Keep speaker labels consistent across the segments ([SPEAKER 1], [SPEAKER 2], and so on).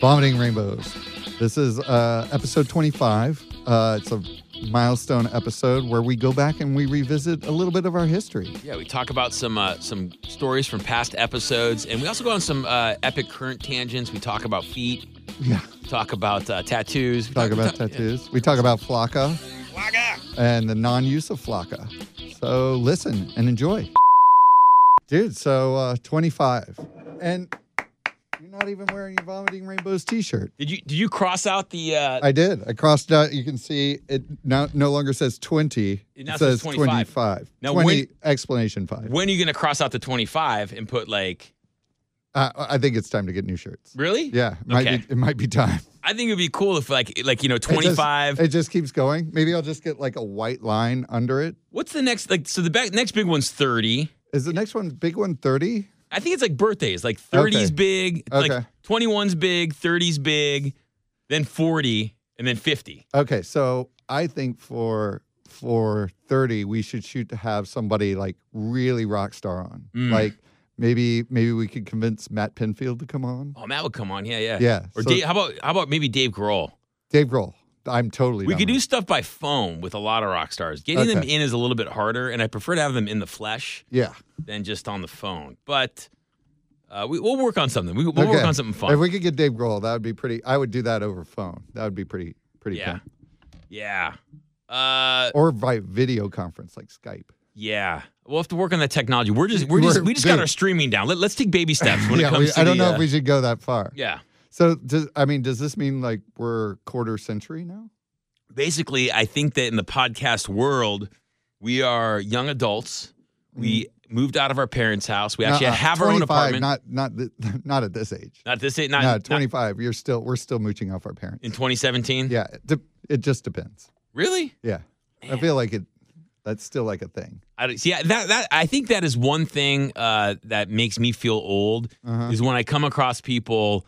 [SPEAKER 1] Vomiting Rainbows. This is uh, episode 25. Uh, it's a milestone episode where we go back and we revisit a little bit of our history.
[SPEAKER 2] Yeah, we talk about some uh, some stories from past episodes, and we also go on some uh, epic current tangents. We talk about feet,
[SPEAKER 1] Yeah.
[SPEAKER 2] we talk about uh, tattoos, we
[SPEAKER 1] Talk about
[SPEAKER 2] we
[SPEAKER 1] tattoos. We talk about Flocka
[SPEAKER 2] yeah.
[SPEAKER 1] and the non use of Flocka. So listen and enjoy. Dude, so uh, 25. And you're not even wearing your Vomiting Rainbows t shirt.
[SPEAKER 2] Did you did you cross out the? Uh,
[SPEAKER 1] I did. I crossed it out. You can see it now no longer says 20.
[SPEAKER 2] It now
[SPEAKER 1] it
[SPEAKER 2] says
[SPEAKER 1] says
[SPEAKER 2] 25.
[SPEAKER 1] 25.
[SPEAKER 2] Now,
[SPEAKER 1] 20
[SPEAKER 2] when-
[SPEAKER 1] explanation 5.
[SPEAKER 2] when are you gonna cross out the twenty five and put like
[SPEAKER 1] I, I think it's time to get new shirts.
[SPEAKER 2] really?
[SPEAKER 1] Yeah, it might
[SPEAKER 2] Okay.
[SPEAKER 1] be, it might be time.
[SPEAKER 2] I think it'd be cool if like like you know
[SPEAKER 1] It just-
[SPEAKER 2] twenty five.
[SPEAKER 1] It, just keeps going. Maybe I'll just get like a white line under it.
[SPEAKER 2] What's the next like? So the back, next big one's thirty.
[SPEAKER 1] Is the next one big one 30?
[SPEAKER 2] I think it's like birthdays. Like 30's
[SPEAKER 1] Okay.
[SPEAKER 2] big, like
[SPEAKER 1] Okay.
[SPEAKER 2] 21's big, 30's big, then 40, and then 50.
[SPEAKER 1] Okay, so I think for for 30 we should shoot to have somebody like really rock star on.
[SPEAKER 2] Mm.
[SPEAKER 1] Like maybe maybe we could convince Matt Penfield to come on.
[SPEAKER 2] Oh, Matt would come on. Yeah, yeah.
[SPEAKER 1] Yeah.
[SPEAKER 2] Or
[SPEAKER 1] so
[SPEAKER 2] Dave, how about how about maybe Dave Grohl?
[SPEAKER 1] Dave Grohl. I'm totally
[SPEAKER 2] We
[SPEAKER 1] down
[SPEAKER 2] could
[SPEAKER 1] with
[SPEAKER 2] do stuff by phone with a lot of rock stars. Getting them
[SPEAKER 1] Okay.
[SPEAKER 2] in is a little bit harder, and I prefer to have them in the flesh
[SPEAKER 1] it. Yeah.
[SPEAKER 2] than just on the phone. But uh, we, we'll work on something. We, we'll work
[SPEAKER 1] Okay.
[SPEAKER 2] on something
[SPEAKER 1] If
[SPEAKER 2] fun.
[SPEAKER 1] we could get Dave Grohl, that would be pretty I would do that over phone. That would be pretty pretty
[SPEAKER 2] Yeah.
[SPEAKER 1] fun.
[SPEAKER 2] yeah. Uh,
[SPEAKER 1] Or by video conference like Skype.
[SPEAKER 2] yeah. We'll have to work on that technology. We're just we're just
[SPEAKER 1] We're-
[SPEAKER 2] we just got
[SPEAKER 1] dude.
[SPEAKER 2] our streaming down. Let, let's take baby steps when it comes
[SPEAKER 1] we-
[SPEAKER 2] to
[SPEAKER 1] I don't
[SPEAKER 2] the,
[SPEAKER 1] know
[SPEAKER 2] uh,
[SPEAKER 1] if we should go that far.
[SPEAKER 2] Yeah.
[SPEAKER 1] So, does, I mean, does this mean like we're quarter century now?
[SPEAKER 2] basically, I think that in the podcast world, we are young adults. We
[SPEAKER 1] Mm-hmm.
[SPEAKER 2] moved out of our parents' house. We actually
[SPEAKER 1] Nuh-uh.
[SPEAKER 2] have our own
[SPEAKER 1] 25,
[SPEAKER 2] apartment. Not,
[SPEAKER 1] Not uh, not th- not at this age.
[SPEAKER 2] this it. Not,
[SPEAKER 1] no,
[SPEAKER 2] not
[SPEAKER 1] twenty five. You're still we're still mooching off our parents.
[SPEAKER 2] in 2017.
[SPEAKER 1] yeah, it, de- it just depends.
[SPEAKER 2] Really?
[SPEAKER 1] Yeah, I feel like it. That's still like a thing.
[SPEAKER 2] I don't, see that that I think that is one thing uh, that makes me feel old
[SPEAKER 1] Uh-huh.
[SPEAKER 2] is when I come across people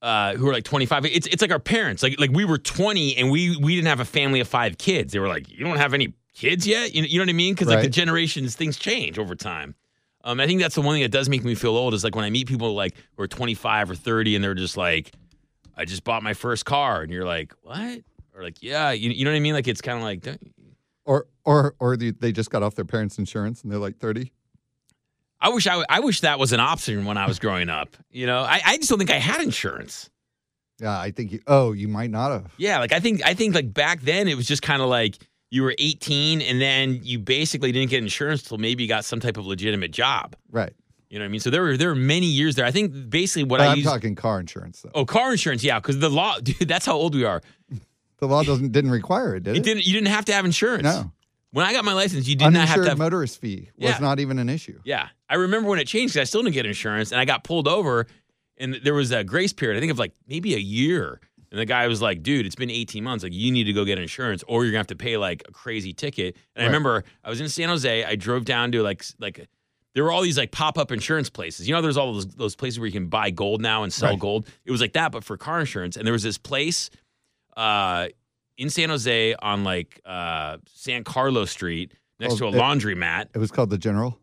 [SPEAKER 2] uh, who are like 25. It's it's like our parents. Like like we were 20 and we we didn't have a family of five kids. They were like, you don't have any kids yet. You, you know what I mean? Because like the
[SPEAKER 1] Right.
[SPEAKER 2] generations, things change over time. Um, I think that's the one thing that does make me feel old is like when I meet people like who are 25 or 30 and they're just like, I just bought my first car, and you're like, what? Or like, yeah, you, you know what I mean? Like it's kind of like. don't-
[SPEAKER 1] Or or or they, they just got off their parents' insurance and they're like thirty.
[SPEAKER 2] I wish I, I wish that was an option when I was growing up. You know, I, I just don't think I had insurance.
[SPEAKER 1] Yeah, I think you. Oh, you might not have.
[SPEAKER 2] Yeah, like I think I think like back then it was just kind of like you were 18 and then you basically didn't get insurance till maybe you got some type of legitimate job.
[SPEAKER 1] Right.
[SPEAKER 2] You know what I mean? So there were there were many years there. I think basically what
[SPEAKER 1] But
[SPEAKER 2] I
[SPEAKER 1] I'm
[SPEAKER 2] used
[SPEAKER 1] talking car insurance though.
[SPEAKER 2] oh car insurance, yeah, because the law, dude, that's how old we are.
[SPEAKER 1] The law doesn't didn't require it, did it?
[SPEAKER 2] It didn't you didn't have to have insurance.
[SPEAKER 1] No.
[SPEAKER 2] When I got my license, you did
[SPEAKER 1] Uninsured
[SPEAKER 2] not have to have
[SPEAKER 1] motorist fee was
[SPEAKER 2] Yeah.
[SPEAKER 1] not even an issue.
[SPEAKER 2] Yeah. I remember when it changed 'cause I still didn't get insurance and I got pulled over and there was a grace period, I think of like maybe a year. And the guy was like, dude, it's been 18 months. Like, you need to go get insurance or you're going to have to pay like a crazy ticket. And
[SPEAKER 1] Right.
[SPEAKER 2] I remember I was in San Jose. I drove down to like, s- like, there were all these like pop up insurance places. You know, there's all those, those places where you can buy gold now and sell
[SPEAKER 1] Right.
[SPEAKER 2] gold. It was like that, but for car insurance. And there was this place uh, in San Jose on like uh, San Carlos Street next to a
[SPEAKER 1] Called- Oh, it-
[SPEAKER 2] laundromat.
[SPEAKER 1] It was called the general.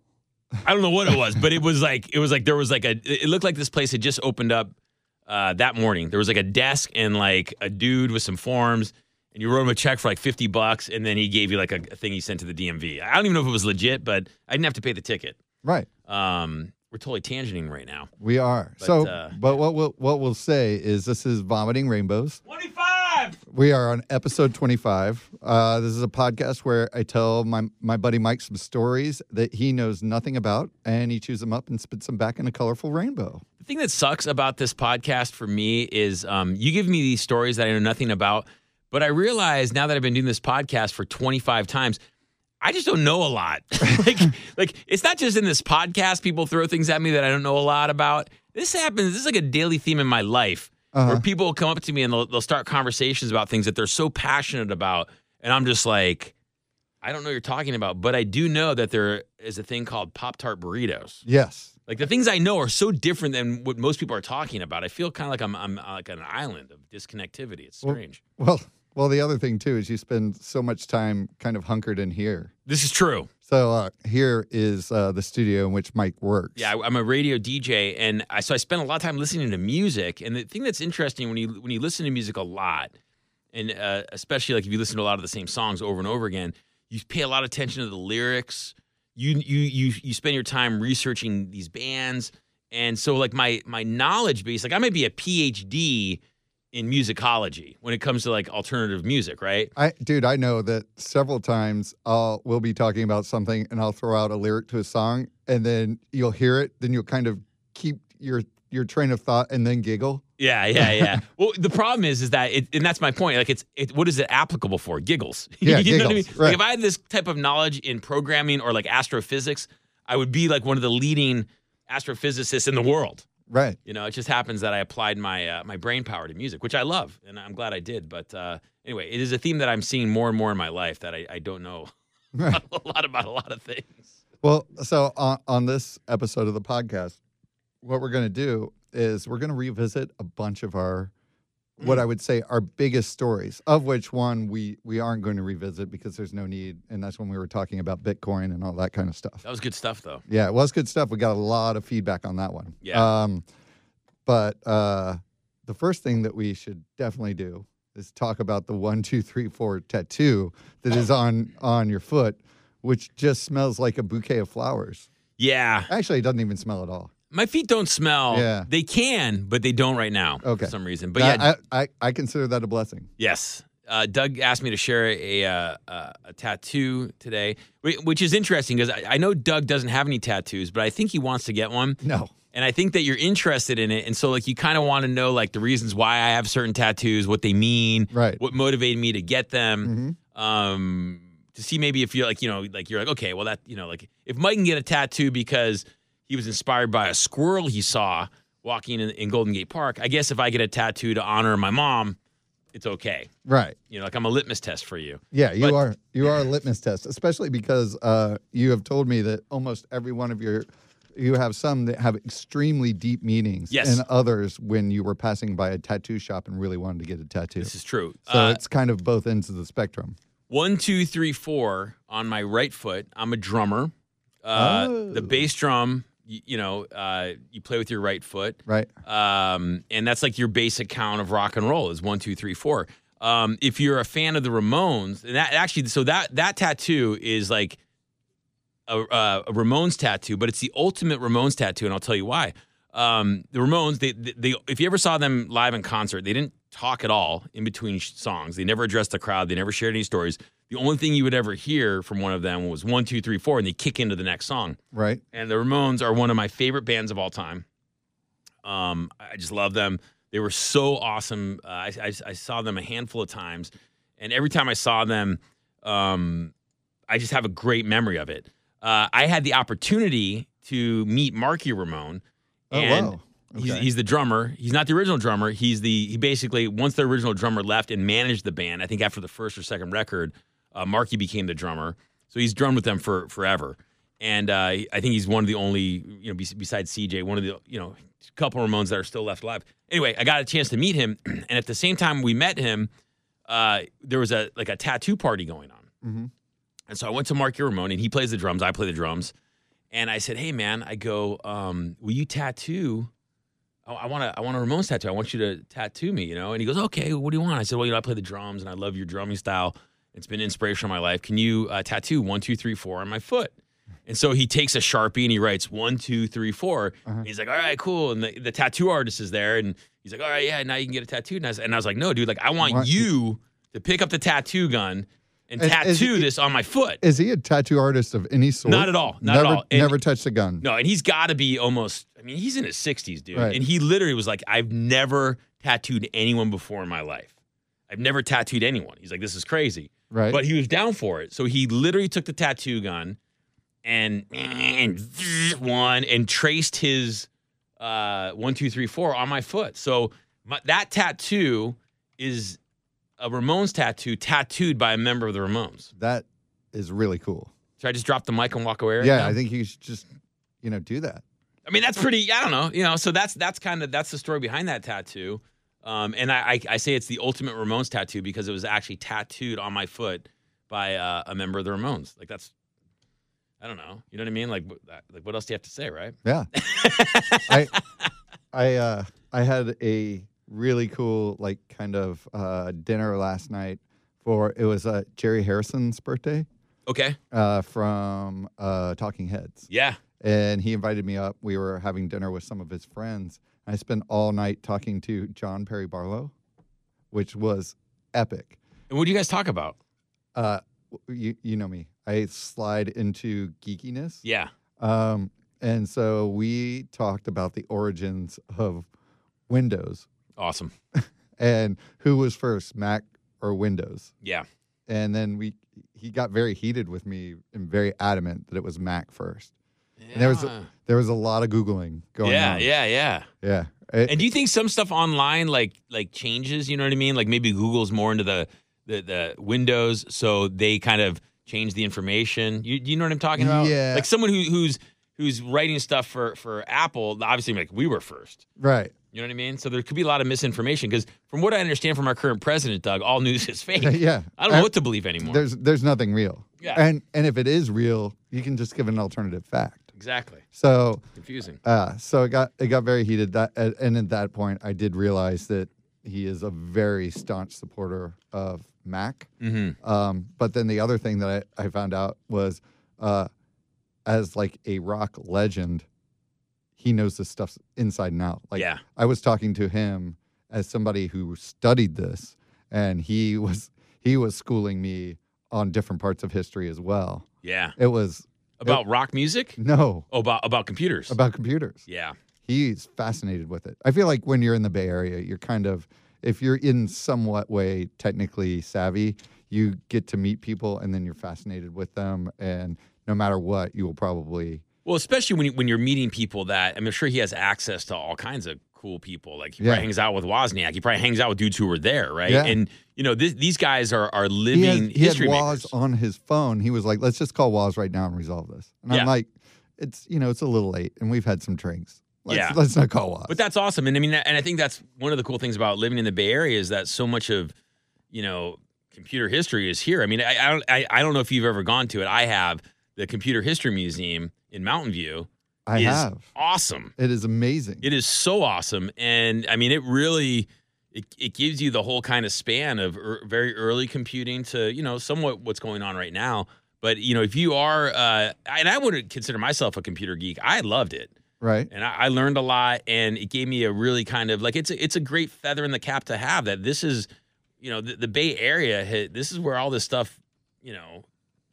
[SPEAKER 2] I don't know what it was, but it was like it was like there was like a it looked like this place had just opened up uh, that morning. There was like a desk and like a dude with some forms, and you wrote him a check for like fifty bucks, and then he gave you like a, a thing he sent to the DMV. I don't even know if it was legit, but I didn't have to pay the ticket.
[SPEAKER 1] Right.
[SPEAKER 2] Um, we're totally tangenting right now.
[SPEAKER 1] We are.
[SPEAKER 2] But,
[SPEAKER 1] so,
[SPEAKER 2] uh,
[SPEAKER 1] but what we'll, what we'll say is this is Vomiting Rainbows.
[SPEAKER 2] Twenty five.
[SPEAKER 1] We are on episode 25. Uh, this is a podcast where I tell my, my buddy Mike some stories that he knows nothing about, and he chews them up and spits them back in a colorful rainbow.
[SPEAKER 2] The thing that sucks about this podcast for me is um, you give me these stories that I know nothing about, but I realize now that I've been doing this podcast for 25 times, I just don't know a lot. like, like it's not just in this podcast people throw things at me that I don't know a lot about. This happens. This is like a daily theme in my life where
[SPEAKER 1] Uh-huh.
[SPEAKER 2] people will come up to me and they'll, they'll start conversations about things that they're so passionate about, and I'm just like. I don't know what you're talking about, but I do know that there is a thing called Pop Tart burritos.
[SPEAKER 1] Yes.
[SPEAKER 2] Like the things I know are so different than what most people are talking about. I feel kind of like I'm I'm uh, like an island of disconnectivity. It's
[SPEAKER 1] Well-
[SPEAKER 2] strange.
[SPEAKER 1] Well, Well, the other thing too is you spend so much time kind of hunkered in here.
[SPEAKER 2] This is true.
[SPEAKER 1] So uh, here is uh, the studio in which Mike works.
[SPEAKER 2] Yeah, I, I'm a radio DJ, and I, so I spend a lot of time listening to music. And the thing that's interesting when you when you listen to music a lot, and uh, especially like if you listen to a lot of the same songs over and over again, you pay a lot of attention to the lyrics. You you you you spend your time researching these bands, and so like my my knowledge base, like I might be a PhD in musicology when it comes to like alternative music, right?
[SPEAKER 1] I, dude, I know that several times I'll we'll be talking about something and I'll throw out a lyric to a song and then you'll hear it, then you'll kind of keep your your train of thought and then giggle.
[SPEAKER 2] Yeah, yeah, yeah. well, the problem is, is that, it, and that's my point. Like, it's it, what is it applicable for? Giggles.
[SPEAKER 1] Yeah,
[SPEAKER 2] you know what I mean?
[SPEAKER 1] giggles,
[SPEAKER 2] Like,
[SPEAKER 1] right.
[SPEAKER 2] if I had this type of knowledge in programming or like astrophysics, I would be like one of the leading astrophysicists in the world.
[SPEAKER 1] Right.
[SPEAKER 2] You know, it just happens that I applied my uh, my brain power to music, which I love, and I'm glad I did. But uh, anyway, it is a theme that I'm seeing more and more in my life that I, I don't know
[SPEAKER 1] Right.
[SPEAKER 2] a lot about a lot of things.
[SPEAKER 1] Well, so on, on this episode of the podcast, what we're going to do is we're going to revisit a bunch of our what I would say our biggest stories, of which one we we aren't going to revisit because there's no need, and that's when we were talking about Bitcoin and all that kind of stuff.
[SPEAKER 2] That was good stuff, though.
[SPEAKER 1] Yeah, it was good stuff. We got a lot of feedback on that one.
[SPEAKER 2] Yeah.
[SPEAKER 1] Um, but uh, the first thing that we should definitely do is talk about the one, two, three, four tattoo that is on on your foot, which just smells like a bouquet of flowers.
[SPEAKER 2] Yeah,
[SPEAKER 1] Actually, it doesn't even smell at all.
[SPEAKER 2] my feet don't smell.
[SPEAKER 1] Yeah.
[SPEAKER 2] they can, but they don't right now
[SPEAKER 1] Okay.
[SPEAKER 2] for some reason. But
[SPEAKER 1] That-
[SPEAKER 2] yeah,
[SPEAKER 1] I, I I consider that a blessing.
[SPEAKER 2] Yes. Uh, Doug asked me to share a uh, uh, a tattoo today, whi- which is interesting because I, I know Doug doesn't have any tattoos, but I think he wants to get one,
[SPEAKER 1] No.
[SPEAKER 2] and I think that you're interested in it, and so like you kind of want to know like the reasons why I have certain tattoos, what they mean,
[SPEAKER 1] Right.
[SPEAKER 2] what motivated me to get them,
[SPEAKER 1] Mhm.
[SPEAKER 2] um, to see maybe if you're like you know like you're like okay, well that you know like if Mike can get a tattoo because he was inspired by a squirrel he saw walking in, in Golden Gate Park, I guess if I get a tattoo to honor my mom, it's okay
[SPEAKER 1] Right.
[SPEAKER 2] you know, like I'm a litmus test for you.
[SPEAKER 1] Yeah, you
[SPEAKER 2] But-
[SPEAKER 1] are you are a litmus test, especially because uh, you have told me that almost every one of your you have some that have extremely deep meanings,
[SPEAKER 2] Yes.
[SPEAKER 1] and others when you were passing by a tattoo shop and really wanted to get a tattoo.
[SPEAKER 2] This is true.
[SPEAKER 1] so
[SPEAKER 2] uh,
[SPEAKER 1] it's kind of both ends of the spectrum.
[SPEAKER 2] one, two, three, four on my right foot. I'm a drummer. Uh,
[SPEAKER 1] Oh.
[SPEAKER 2] The bass drum, you, you know, uh, you play with your right foot,
[SPEAKER 1] Right.
[SPEAKER 2] um, and that's like your basic count of rock and roll is one, two, three, four. Um, if you're a fan of the Ramones, and that actually, so that that tattoo is like a, uh, a Ramones tattoo, but it's the ultimate Ramones tattoo, and I'll tell you why. Um, the Ramones, they, they, they, if you ever saw them live in concert, they didn't talk at all in between sh- songs. They never addressed the crowd. They never shared any stories. The only thing you would ever hear from one of them was one, two, three, four, and they kick into the next song.
[SPEAKER 1] Right.
[SPEAKER 2] And the Ramones are one of my favorite bands of all time. Um, I just love them. They were so awesome. Uh, I, I, I saw them a handful of times, and every time I saw them, um, I just have a great memory of it. Uh, I had the opportunity to meet Marky Ramone,
[SPEAKER 1] Oh
[SPEAKER 2] and
[SPEAKER 1] wow.
[SPEAKER 2] he's,
[SPEAKER 1] Okay.
[SPEAKER 2] he's the drummer. He's not the original drummer. He's the he basically once the original drummer left and managed the band. I think after the first or second record, uh, Marky became the drummer. So he's drummed with them for forever. And uh, I think he's one of the only you know bes- besides CJ one of the you know couple Ramones that are still left alive. Anyway, I got a chance to meet him, and at the same time we met him, uh, there was a like a tattoo party going on.
[SPEAKER 1] Mhm.
[SPEAKER 2] And so I went to Marky Ramone, and he plays the drums. I play the drums. And I said, "Hey, man, I go, um, will you tattoo? I- I want to, I want a Ramones tattoo. I want you to tattoo me, you know." And he goes, "Okay, what do you want?" I said, "Well, you know, I play the drums, and I love your drumming style. It's been inspirational in my life. Can you uh, tattoo one, two, three, four on my foot?" And so he takes a sharpie and he writes one, two, three, four.
[SPEAKER 1] Uh-huh.
[SPEAKER 2] And he's like, "All right, cool." And the, the tattoo artist is there, and he's like, "All right, yeah, now you can get a tattoo." And I was, and I was like, "No, dude, like I want
[SPEAKER 1] What?
[SPEAKER 2] you to pick up the tattoo gun." And
[SPEAKER 1] And is
[SPEAKER 2] tattoo
[SPEAKER 1] he-
[SPEAKER 2] this on my foot.
[SPEAKER 1] Is he a tattoo artist of any sort?
[SPEAKER 2] Not at all. Not
[SPEAKER 1] never,
[SPEAKER 2] at all. And-
[SPEAKER 1] never touched a gun.
[SPEAKER 2] No, and he's got to be almost. I mean, he's in his sixties, dude.
[SPEAKER 1] Right.
[SPEAKER 2] And he literally was like, "I've never tattooed anyone before in my life. I've never tattooed anyone." He's like, "This is crazy,"
[SPEAKER 1] Right.
[SPEAKER 2] but he was down for it. So he literally took the tattoo gun and and one and traced his uh, one, two, three, four on my foot. So my, that tattoo is a Ramones tattoo tattooed by a member of the Ramones.
[SPEAKER 1] that is really cool.
[SPEAKER 2] Should I just drop the mic and walk away? right
[SPEAKER 1] yeah,
[SPEAKER 2] now?
[SPEAKER 1] I think you should just you know do that.
[SPEAKER 2] I mean, that's pretty. I don't know. You know, so that's that's kind of that's the story behind that tattoo. Um, and I, I, I say it's the ultimate Ramones tattoo because it was actually tattooed on my foot by uh, a member of the Ramones. Like that's, I don't know. You know what I mean? Like, wh- that- like what else do you have to say, right?
[SPEAKER 1] Yeah. I I uh I had a really cool like kind of uh dinner last night for it was uh Jerry Harrison's birthday
[SPEAKER 2] Okay.
[SPEAKER 1] uh from uh Talking Heads.
[SPEAKER 2] Yeah.
[SPEAKER 1] And he invited me up. We were having dinner with some of his friends. I spent all night talking to John Perry Barlow, which was epic.
[SPEAKER 2] And what do you guys talk about?
[SPEAKER 1] Uh you you know me. I slide into geekiness.
[SPEAKER 2] Yeah.
[SPEAKER 1] Um, and so we talked about the origins of Windows
[SPEAKER 2] Awesome.
[SPEAKER 1] and who was first, Mac or Windows.
[SPEAKER 2] Yeah.
[SPEAKER 1] And then we he got very heated with me and very adamant that it was Mac first.
[SPEAKER 2] yeah.
[SPEAKER 1] And there was a- There was a lot of googling going
[SPEAKER 2] yeah,
[SPEAKER 1] on.
[SPEAKER 2] yeah, yeah.
[SPEAKER 1] yeah, It-
[SPEAKER 2] And do you think some stuff online like like changes? You know what I mean? Like maybe Google's more into the the, the Windows, so they kind of change the information. You you know what I'm talking about?
[SPEAKER 1] Yeah.
[SPEAKER 2] Like someone who who's who's writing stuff for for Apple, obviously like we were first.
[SPEAKER 1] right.
[SPEAKER 2] You know what I mean? So there could be a lot of misinformation because from what I understand from our current president, Doug, all news is fake.
[SPEAKER 1] yeah.
[SPEAKER 2] I don't know
[SPEAKER 1] Uh,
[SPEAKER 2] what to believe anymore.
[SPEAKER 1] there's there's nothing real.
[SPEAKER 2] Yeah.
[SPEAKER 1] And and if it is real, you can just give an alternative fact.
[SPEAKER 2] Exactly.
[SPEAKER 1] So
[SPEAKER 2] Confusing.
[SPEAKER 1] Uh, so it got it got very heated. That a- and at that point, I did realize that he is a very staunch supporter of Mac.
[SPEAKER 2] Mm-hmm.
[SPEAKER 1] Um, but then the other thing that I, I found out was, uh, as like a rock legend, he knows this stuff inside and out. Like
[SPEAKER 2] yeah.
[SPEAKER 1] I was talking to him as somebody who studied this, and he was he was schooling me on different parts of history as well.
[SPEAKER 2] Yeah.
[SPEAKER 1] It was
[SPEAKER 2] About rock music?
[SPEAKER 1] no
[SPEAKER 2] Oh, about about computers.
[SPEAKER 1] about computers.
[SPEAKER 2] yeah.
[SPEAKER 1] he's fascinated with it. I feel like when you're in the Bay Area, you're kind of if you're in somewhat way technically savvy, you get to meet people and then you're fascinated with them and no matter what, you will probably
[SPEAKER 2] Well, especially when you, when you're meeting people that I'm sure he has access to all kinds of cool people. Like he
[SPEAKER 1] Yeah.
[SPEAKER 2] probably hangs out with Wozniak. He probably hangs out with dudes who were there, right?
[SPEAKER 1] Yeah.
[SPEAKER 2] And you know, this, these guys are are
[SPEAKER 1] he,
[SPEAKER 2] living
[SPEAKER 1] has, he had
[SPEAKER 2] history
[SPEAKER 1] Woz
[SPEAKER 2] makers.
[SPEAKER 1] on his phone. He was like, "Let's just call Woz right now and resolve this." And
[SPEAKER 2] Yeah.
[SPEAKER 1] I'm like, "It's you know, it's a little late, and we've had some drinks. Let's,
[SPEAKER 2] Yeah.
[SPEAKER 1] let's not call Woz."
[SPEAKER 2] But that's awesome. And I mean, and I think that's one of the cool things about living in the Bay Area is that so much of, you know, computer history is here. I mean, I, I don't, I, I don't know if you've ever gone to it. I have the Computer History Museum in Mountain View.
[SPEAKER 1] I
[SPEAKER 2] is
[SPEAKER 1] have.
[SPEAKER 2] Awesome.
[SPEAKER 1] It is amazing.
[SPEAKER 2] It is so awesome, and I mean, it really it, it gives you the whole kind of span of er, very early computing to you know somewhat what's going on right now. But you know, if you are, uh, and I wouldn't consider myself a computer geek. I loved it,
[SPEAKER 1] right?
[SPEAKER 2] and I, I learned a lot, and it gave me a really kind of like it's a, it's a great feather in the cap to have that this is, you know, the, the Bay Area. ha- This is where all this stuff, you know,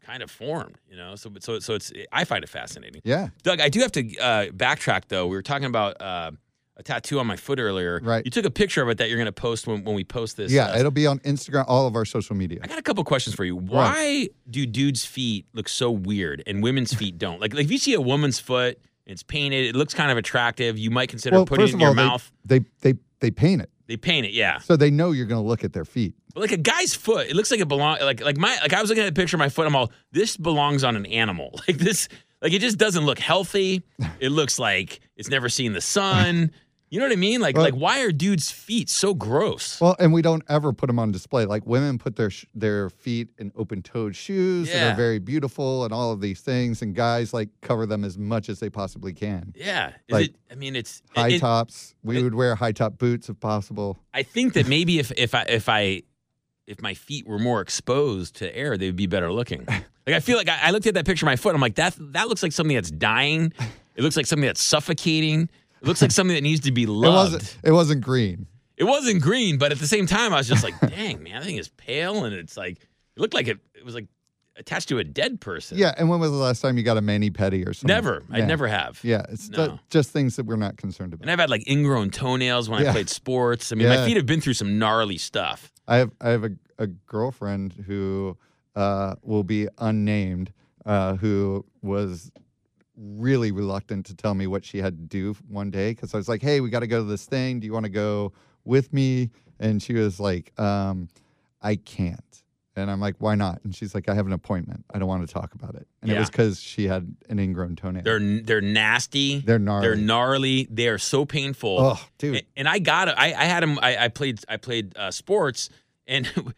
[SPEAKER 2] kind of formed. You know, so so so it's I find it fascinating.
[SPEAKER 1] Yeah.
[SPEAKER 2] Doug, I do have to uh, backtrack though. We were talking about uh, a tattoo on my foot earlier.
[SPEAKER 1] Right.
[SPEAKER 2] You took a picture of it that you're going to post when, when we post this.
[SPEAKER 1] Yeah,
[SPEAKER 2] uh,
[SPEAKER 1] it'll be on Instagram, all of our social media.
[SPEAKER 2] I got a couple questions for you. Why do dudes' feet look so weird and women's feet don't? Like, like if you see a woman's foot, it's painted. It looks kind of attractive. You might consider putting it in your
[SPEAKER 1] they-
[SPEAKER 2] mouth.
[SPEAKER 1] they they they paint it.
[SPEAKER 2] They paint it, yeah.
[SPEAKER 1] So they know you're going to look at their feet.
[SPEAKER 2] But like a guy's foot, it looks like it belong. Like like my like I was looking at a picture of my foot. I'm all this belongs on an animal. Like this, like it just doesn't look healthy. It looks like it's never seen the sun. You know what I mean? Like
[SPEAKER 1] Well-
[SPEAKER 2] like why are dudes' feet so gross?
[SPEAKER 1] Well, and we don't ever put them on display. Like women put their sh- their feet in open-toed shoes that
[SPEAKER 2] Yeah.
[SPEAKER 1] are very beautiful and all of these things and guys like cover them as much as they possibly can.
[SPEAKER 2] yeah, is
[SPEAKER 1] like,
[SPEAKER 2] it? I mean, it's.
[SPEAKER 1] High
[SPEAKER 2] it-
[SPEAKER 1] tops. We
[SPEAKER 2] it-
[SPEAKER 1] would wear high top boots if possible.
[SPEAKER 2] I think that maybe if if I if I if my feet were more exposed to air, they would be better looking. Like I feel like I, I looked at that picture of my foot. I'm like that that looks like something that's dying. It looks like something that's suffocating. It looks like something that needs to be
[SPEAKER 1] It
[SPEAKER 2] loved.
[SPEAKER 1] wasn't it wasn't green.
[SPEAKER 2] it wasn't green, but at the same time, I was just like, dang, man, that thing is pale. And it's like, it looked like it, it was like attached to a dead person.
[SPEAKER 1] Yeah, and when was the last time you got a mani pedi or something?
[SPEAKER 2] Never.
[SPEAKER 1] Yeah.
[SPEAKER 2] I'd never have.
[SPEAKER 1] Yeah, it's ju-
[SPEAKER 2] No.
[SPEAKER 1] just things that we're not concerned
[SPEAKER 2] And
[SPEAKER 1] about.
[SPEAKER 2] I've had like ingrown toenails when I
[SPEAKER 1] Yeah.
[SPEAKER 2] played sports. I mean, my
[SPEAKER 1] Yeah.
[SPEAKER 2] feet have been through some gnarly stuff.
[SPEAKER 1] I have I have a, a girlfriend who uh, will be unnamed, uh, who was really reluctant to tell me what she had to do one day because I was like, "Hey, we got to go to this thing. Do you want to go with me?" And she was like, um, "I can't." And I'm like, why not? And she's like, I have an appointment. I don't want to talk about it. And it
[SPEAKER 2] Yeah.
[SPEAKER 1] was because she had an ingrown toenail.
[SPEAKER 2] They're they're nasty.
[SPEAKER 1] They're gnarly.
[SPEAKER 2] They're gnarly. They are so painful.
[SPEAKER 1] oh, dude.
[SPEAKER 2] and, and I got it. I I had him. I, I played. I played uh, sports, and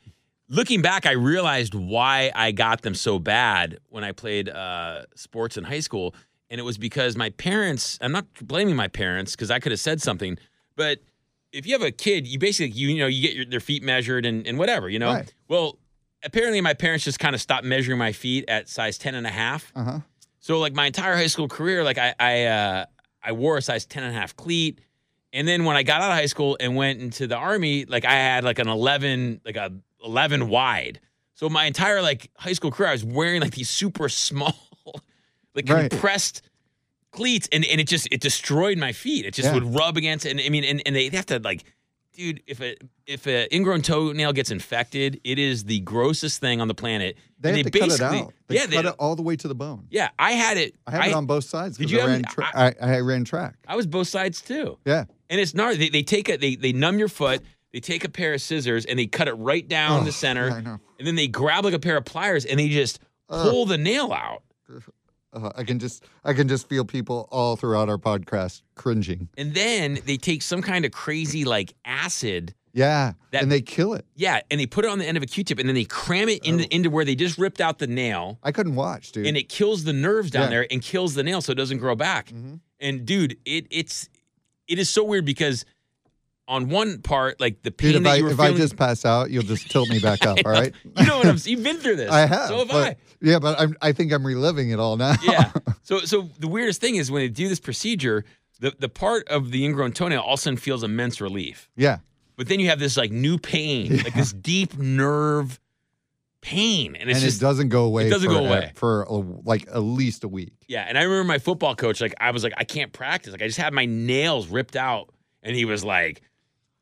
[SPEAKER 2] looking back, I realized why I got them so bad when I played uh, sports in high school, and it was because my parents. I'm not blaming my parents because I could have said something, but if you have a kid, you basically you, you know you get your, their feet measured and and whatever you know.
[SPEAKER 1] Right.
[SPEAKER 2] Well, apparently my parents just kind of stopped measuring my feet at size 10 and a half.
[SPEAKER 1] uh huh.
[SPEAKER 2] So like my entire high school career, like I I uh, I wore a size 10 and a half cleat. And then when I got out of high school and went into the army, like I had like an 11, like a 11 wide. So my entire like high school career, I was wearing like these super small, like
[SPEAKER 1] Right.
[SPEAKER 2] compressed cleats. And, and it just, it destroyed my feet. It just
[SPEAKER 1] Yeah.
[SPEAKER 2] would rub against it. And I mean, and, and they have to like, dude, if a, if a ingrown toenail gets infected, it is the grossest thing on the planet.
[SPEAKER 1] They
[SPEAKER 2] And
[SPEAKER 1] have to cut it out. They
[SPEAKER 2] yeah,
[SPEAKER 1] cut
[SPEAKER 2] they,
[SPEAKER 1] it all the way to the bone.
[SPEAKER 2] yeah, I had it.
[SPEAKER 1] I have it on both sides
[SPEAKER 2] Did
[SPEAKER 1] because
[SPEAKER 2] you
[SPEAKER 1] I,
[SPEAKER 2] have-
[SPEAKER 1] ran tra- I, I ran track.
[SPEAKER 2] I was both sides too.
[SPEAKER 1] Yeah.
[SPEAKER 2] And it's gnarly. They, they take a they, they numb your foot. They take a pair of scissors and they cut it right down
[SPEAKER 1] Oh,
[SPEAKER 2] the center.
[SPEAKER 1] I know.
[SPEAKER 2] And then they grab like a pair of pliers and they just
[SPEAKER 1] Ugh.
[SPEAKER 2] pull the nail out.
[SPEAKER 1] Uh, I can just I can just feel people all throughout our podcast cringing.
[SPEAKER 2] And then they take some kind of crazy like acid.
[SPEAKER 1] Yeah,
[SPEAKER 2] That-
[SPEAKER 1] and they kill it.
[SPEAKER 2] Yeah, and they put it on the end of a Q-tip and then they cram it in,
[SPEAKER 1] Oh.
[SPEAKER 2] into where they just ripped out the nail.
[SPEAKER 1] I couldn't watch, dude.
[SPEAKER 2] And it kills the nerves down
[SPEAKER 1] Yeah.
[SPEAKER 2] there and kills the nail so it doesn't grow back.
[SPEAKER 1] Mhm.
[SPEAKER 2] And dude, it it's it is so weird because on one part, like the pain
[SPEAKER 1] Dude, if
[SPEAKER 2] that
[SPEAKER 1] I
[SPEAKER 2] you were
[SPEAKER 1] if I
[SPEAKER 2] feeling,
[SPEAKER 1] just pass out, you'll just tilt me back up. all right.
[SPEAKER 2] you know what I'm. You've been through this.
[SPEAKER 1] I have.
[SPEAKER 2] So have
[SPEAKER 1] but-
[SPEAKER 2] I.
[SPEAKER 1] Yeah, but I'm, I think I'm reliving it all now.
[SPEAKER 2] Yeah. So so the weirdest thing is when they do this procedure, the the part of the ingrown toenail all of a sudden feels immense relief,
[SPEAKER 1] yeah.
[SPEAKER 2] but then you have this like new pain, like this deep nerve pain, and it's
[SPEAKER 1] and
[SPEAKER 2] just
[SPEAKER 1] it doesn't go away.
[SPEAKER 2] doesn't go
[SPEAKER 1] for,
[SPEAKER 2] away.
[SPEAKER 1] for a, like at least a week.
[SPEAKER 2] yeah. And I remember my football coach, like I was like I can't practice, like I just had my nails ripped out, and he was like.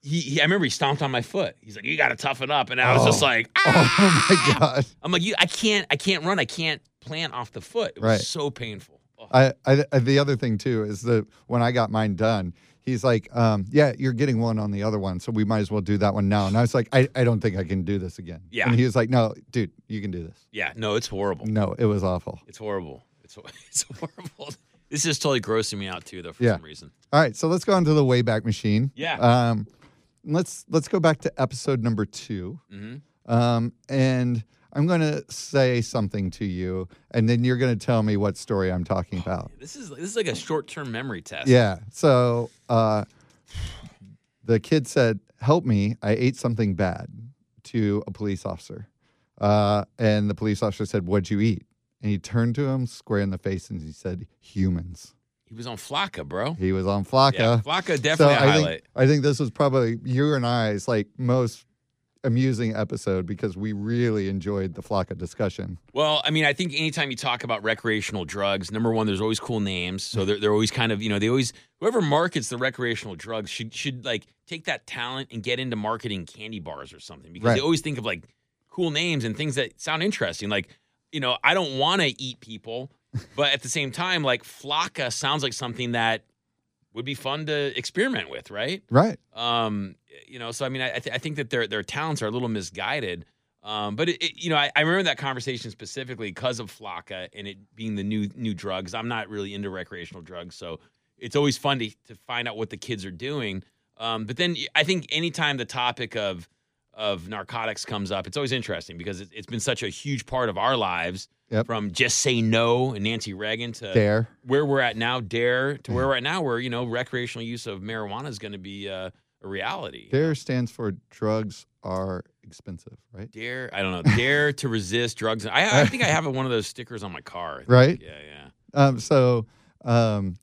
[SPEAKER 2] He, he, I remember he stomped on my foot. He's like, "You got to toughen up," and I was
[SPEAKER 1] Oh.
[SPEAKER 2] just like,
[SPEAKER 1] Oh my
[SPEAKER 2] "Ah!"
[SPEAKER 1] god!
[SPEAKER 2] I'm like, "You, I can't, I can't run. I can't plant off the foot. It was
[SPEAKER 1] Right.
[SPEAKER 2] so painful." Oh.
[SPEAKER 1] I, I, I- the other thing too is that when I got mine done, he's like, um, "Yeah, you're getting one on the other one, so we might as well do that one now." And I was like, "I, I don't think I can do this again."
[SPEAKER 2] Yeah.
[SPEAKER 1] And he was like, "No, dude, you can do this."
[SPEAKER 2] Yeah, no, it's horrible.
[SPEAKER 1] No, it was awful.
[SPEAKER 2] It's horrible. It's hor- it's horrible. This is totally grossing me out too, though, for
[SPEAKER 1] Yeah.
[SPEAKER 2] some reason.
[SPEAKER 1] All right, so let's go on to the Wayback Machine.
[SPEAKER 2] Yeah.
[SPEAKER 1] Um, let's let's go back to episode number two.
[SPEAKER 2] hmm
[SPEAKER 1] Um, and I'm going to say something to you, and then you're going to tell me what story I'm talking about.
[SPEAKER 2] This is this is like a short term memory test.
[SPEAKER 1] Oh. Yeah. So uh, the kid said, Help me. I ate something bad to a police officer. Uh, and the police officer said, What'd you eat? And he turned to him square in the face and he said, Humans.
[SPEAKER 2] he was on Flocka, bro.
[SPEAKER 1] He was on Flocka.
[SPEAKER 2] Yeah, Flocka definitely a
[SPEAKER 1] I
[SPEAKER 2] highlight.
[SPEAKER 1] think, I think this was probably you and I's like most amusing episode because we really enjoyed the Flocka discussion.
[SPEAKER 2] Well, I mean, I think anytime you talk about recreational drugs, number one, there's always cool names. So they're, they're always kind of, you know, they always, whoever markets the recreational drugs should, should like take that talent and get into marketing candy bars or something because they
[SPEAKER 1] Right.
[SPEAKER 2] always think of like cool names and things that sound interesting. Like, you know, I don't want to eat people, but at the same time, like Flocka sounds like something that would be fun to experiment with, right?
[SPEAKER 1] Right.
[SPEAKER 2] Um, you know, so I mean, I, I th- I think that their their talents are a little misguided. Um, but it, it- you know, I, I remember that conversation specifically because of Flocka and it being the new new drugs. I'm not really into recreational drugs, so it's always fun to, to find out what the kids are doing. Um, but then y- I think anytime the topic of of narcotics comes up, it's always interesting because it, it's been such a huge part of our lives.
[SPEAKER 1] Yep.
[SPEAKER 2] From just say no and Nancy Reagan to
[SPEAKER 1] There.
[SPEAKER 2] where we're at now, dare to
[SPEAKER 1] Mm.
[SPEAKER 2] where we're at now, where you know recreational use of marijuana is going to be uh, a reality.
[SPEAKER 1] Dare stands for drugs are expensive, right?
[SPEAKER 2] Dare, I don't know, dare to resist drugs. I, I think I have one of those stickers on my car. I think.
[SPEAKER 1] Right.
[SPEAKER 2] Yeah, yeah.
[SPEAKER 1] Um, so, um,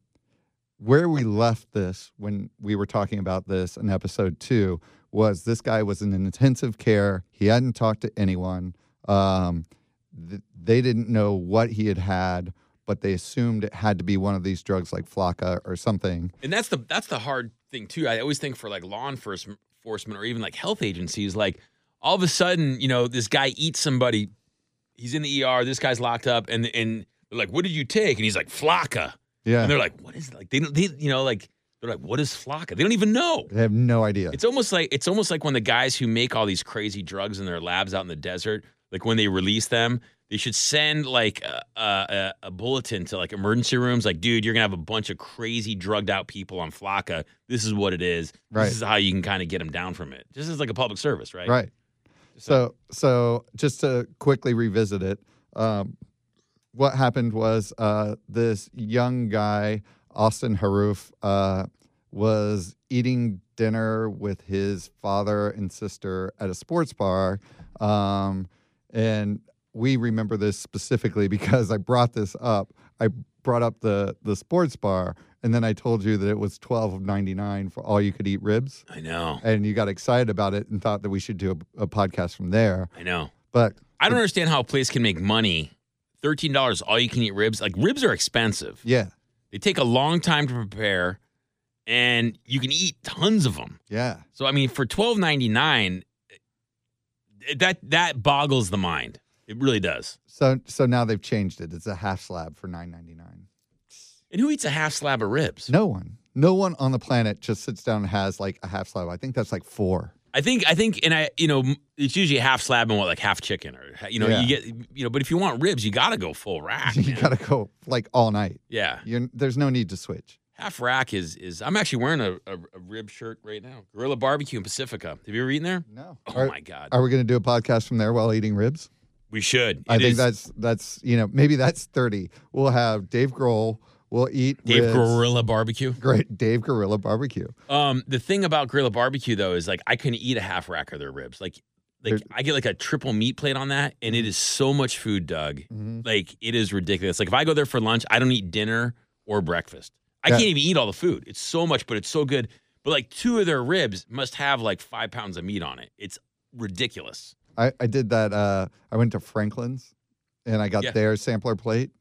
[SPEAKER 1] where we left this when we were talking about this in episode two was this guy was in intensive care. He hadn't talked to anyone. Um, th- they didn't know what he had had, but they assumed it had to be one of these drugs like Flocka or something.
[SPEAKER 2] And that's the that's the hard thing too. I always think for like law enforce- enforcement or even like health agencies, like all of a sudden, you know, this guy eats somebody, he's in the ER, this guy's locked up, and and they're like, "What did you take?" And he's like, "Flocka," and
[SPEAKER 1] Yeah.
[SPEAKER 2] they're like, "What is it?" like?" They don't, they you know, like they're like, "What is Flocka?" They don't even know.
[SPEAKER 1] They have no idea.
[SPEAKER 2] It's almost like it's almost like when the guys who make all these crazy drugs in their labs out in the desert, like when they release them, they should send like a, a, a bulletin to like emergency rooms, like, dude, you're gonna have a bunch of crazy drugged out people on Flocka. This is what it is.
[SPEAKER 1] Right.
[SPEAKER 2] This is how you can kind of get them down from it. This is like a public service, right?
[SPEAKER 1] Right. So, so just to quickly revisit it, um, what happened was uh, this young guy, Austin Haroof, uh, was eating dinner with his father and sister at a sports bar. Um, and we remember this specifically because I brought this up. I brought up the, the sports bar, and then I told you that it was twelve ninety nine for all you could eat ribs
[SPEAKER 2] I know.
[SPEAKER 1] and you got excited about it and thought that we should do a, a podcast from there.
[SPEAKER 2] I know.
[SPEAKER 1] But
[SPEAKER 2] I don't understand how a place can make money. Thirteen dollars, all you can eat ribs. Like ribs are expensive.
[SPEAKER 1] yeah,
[SPEAKER 2] They take a long time to prepare, and you can eat tons of them.
[SPEAKER 1] yeah,
[SPEAKER 2] So I mean, for twelve ninety nine, that that boggles the mind. It really does.
[SPEAKER 1] so so now they've changed it. It's a half slab for nine ninety nine.
[SPEAKER 2] And who eats a half slab of ribs?
[SPEAKER 1] No one, no one on the planet just sits down and has like a half slab. I think that's like four.
[SPEAKER 2] I think I think, and I you know, it's usually a half slab and what like half chicken or you know
[SPEAKER 1] Yeah.
[SPEAKER 2] you get you know. But if you want ribs, you got to go full rack.
[SPEAKER 1] you
[SPEAKER 2] man.
[SPEAKER 1] gotta go like all night.
[SPEAKER 2] yeah,
[SPEAKER 1] You're, there's no need to switch.
[SPEAKER 2] half rack is is. I'm actually wearing a, a, a rib shirt right now. Gorilla Barbecue in Pacifica. Have you ever eaten there?
[SPEAKER 1] No.
[SPEAKER 2] Oh
[SPEAKER 1] are,
[SPEAKER 2] my god,
[SPEAKER 1] are we gonna do a podcast from there while eating ribs?
[SPEAKER 2] we should.
[SPEAKER 1] I
[SPEAKER 2] It
[SPEAKER 1] think
[SPEAKER 2] is-
[SPEAKER 1] that's that's you know maybe that's thirty. We'll have Dave Grohl. We'll eat
[SPEAKER 2] Dave
[SPEAKER 1] ribs.
[SPEAKER 2] Gorilla Barbecue.
[SPEAKER 1] Great Dave Gorilla Barbecue.
[SPEAKER 2] Um, the thing about Gorilla Barbecue though is like I couldn't eat a half rack of their ribs. Like, like
[SPEAKER 1] They're-
[SPEAKER 2] I get like a triple meat plate on that, and it is so much food, Doug.
[SPEAKER 1] Mhm.
[SPEAKER 2] Like it is ridiculous. Like if I go there for lunch, I don't eat dinner or breakfast. I
[SPEAKER 1] Yeah.
[SPEAKER 2] can't even eat all the food. It's so much, but it's so good. But like two of their ribs must have like five pounds of meat on it. It's ridiculous.
[SPEAKER 1] I, I did that. Uh, I went to Franklin's and I got
[SPEAKER 2] Yeah.
[SPEAKER 1] their sampler plate.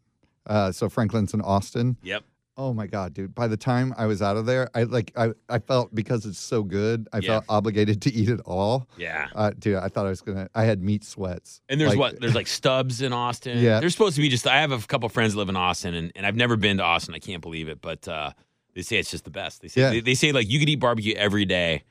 [SPEAKER 1] Uh, so Franklin's in Austin.
[SPEAKER 2] Yep.
[SPEAKER 1] Oh my God, dude. By the time I was out of there, I like, I, I felt because it's so good, I
[SPEAKER 2] Yeah.
[SPEAKER 1] felt obligated to eat it all.
[SPEAKER 2] Yeah.
[SPEAKER 1] Uh, dude, I thought I was going to, I had meat sweats.
[SPEAKER 2] And there's
[SPEAKER 1] Like,
[SPEAKER 2] what there's like Stubbs in Austin.
[SPEAKER 1] Yeah.
[SPEAKER 2] They're supposed to be just. I have a couple friends that live in Austin, and, and I've never been to Austin. I can't believe it, but uh, they say it's just the best. They say
[SPEAKER 1] Yeah.
[SPEAKER 2] they, they say like you could eat barbecue every day.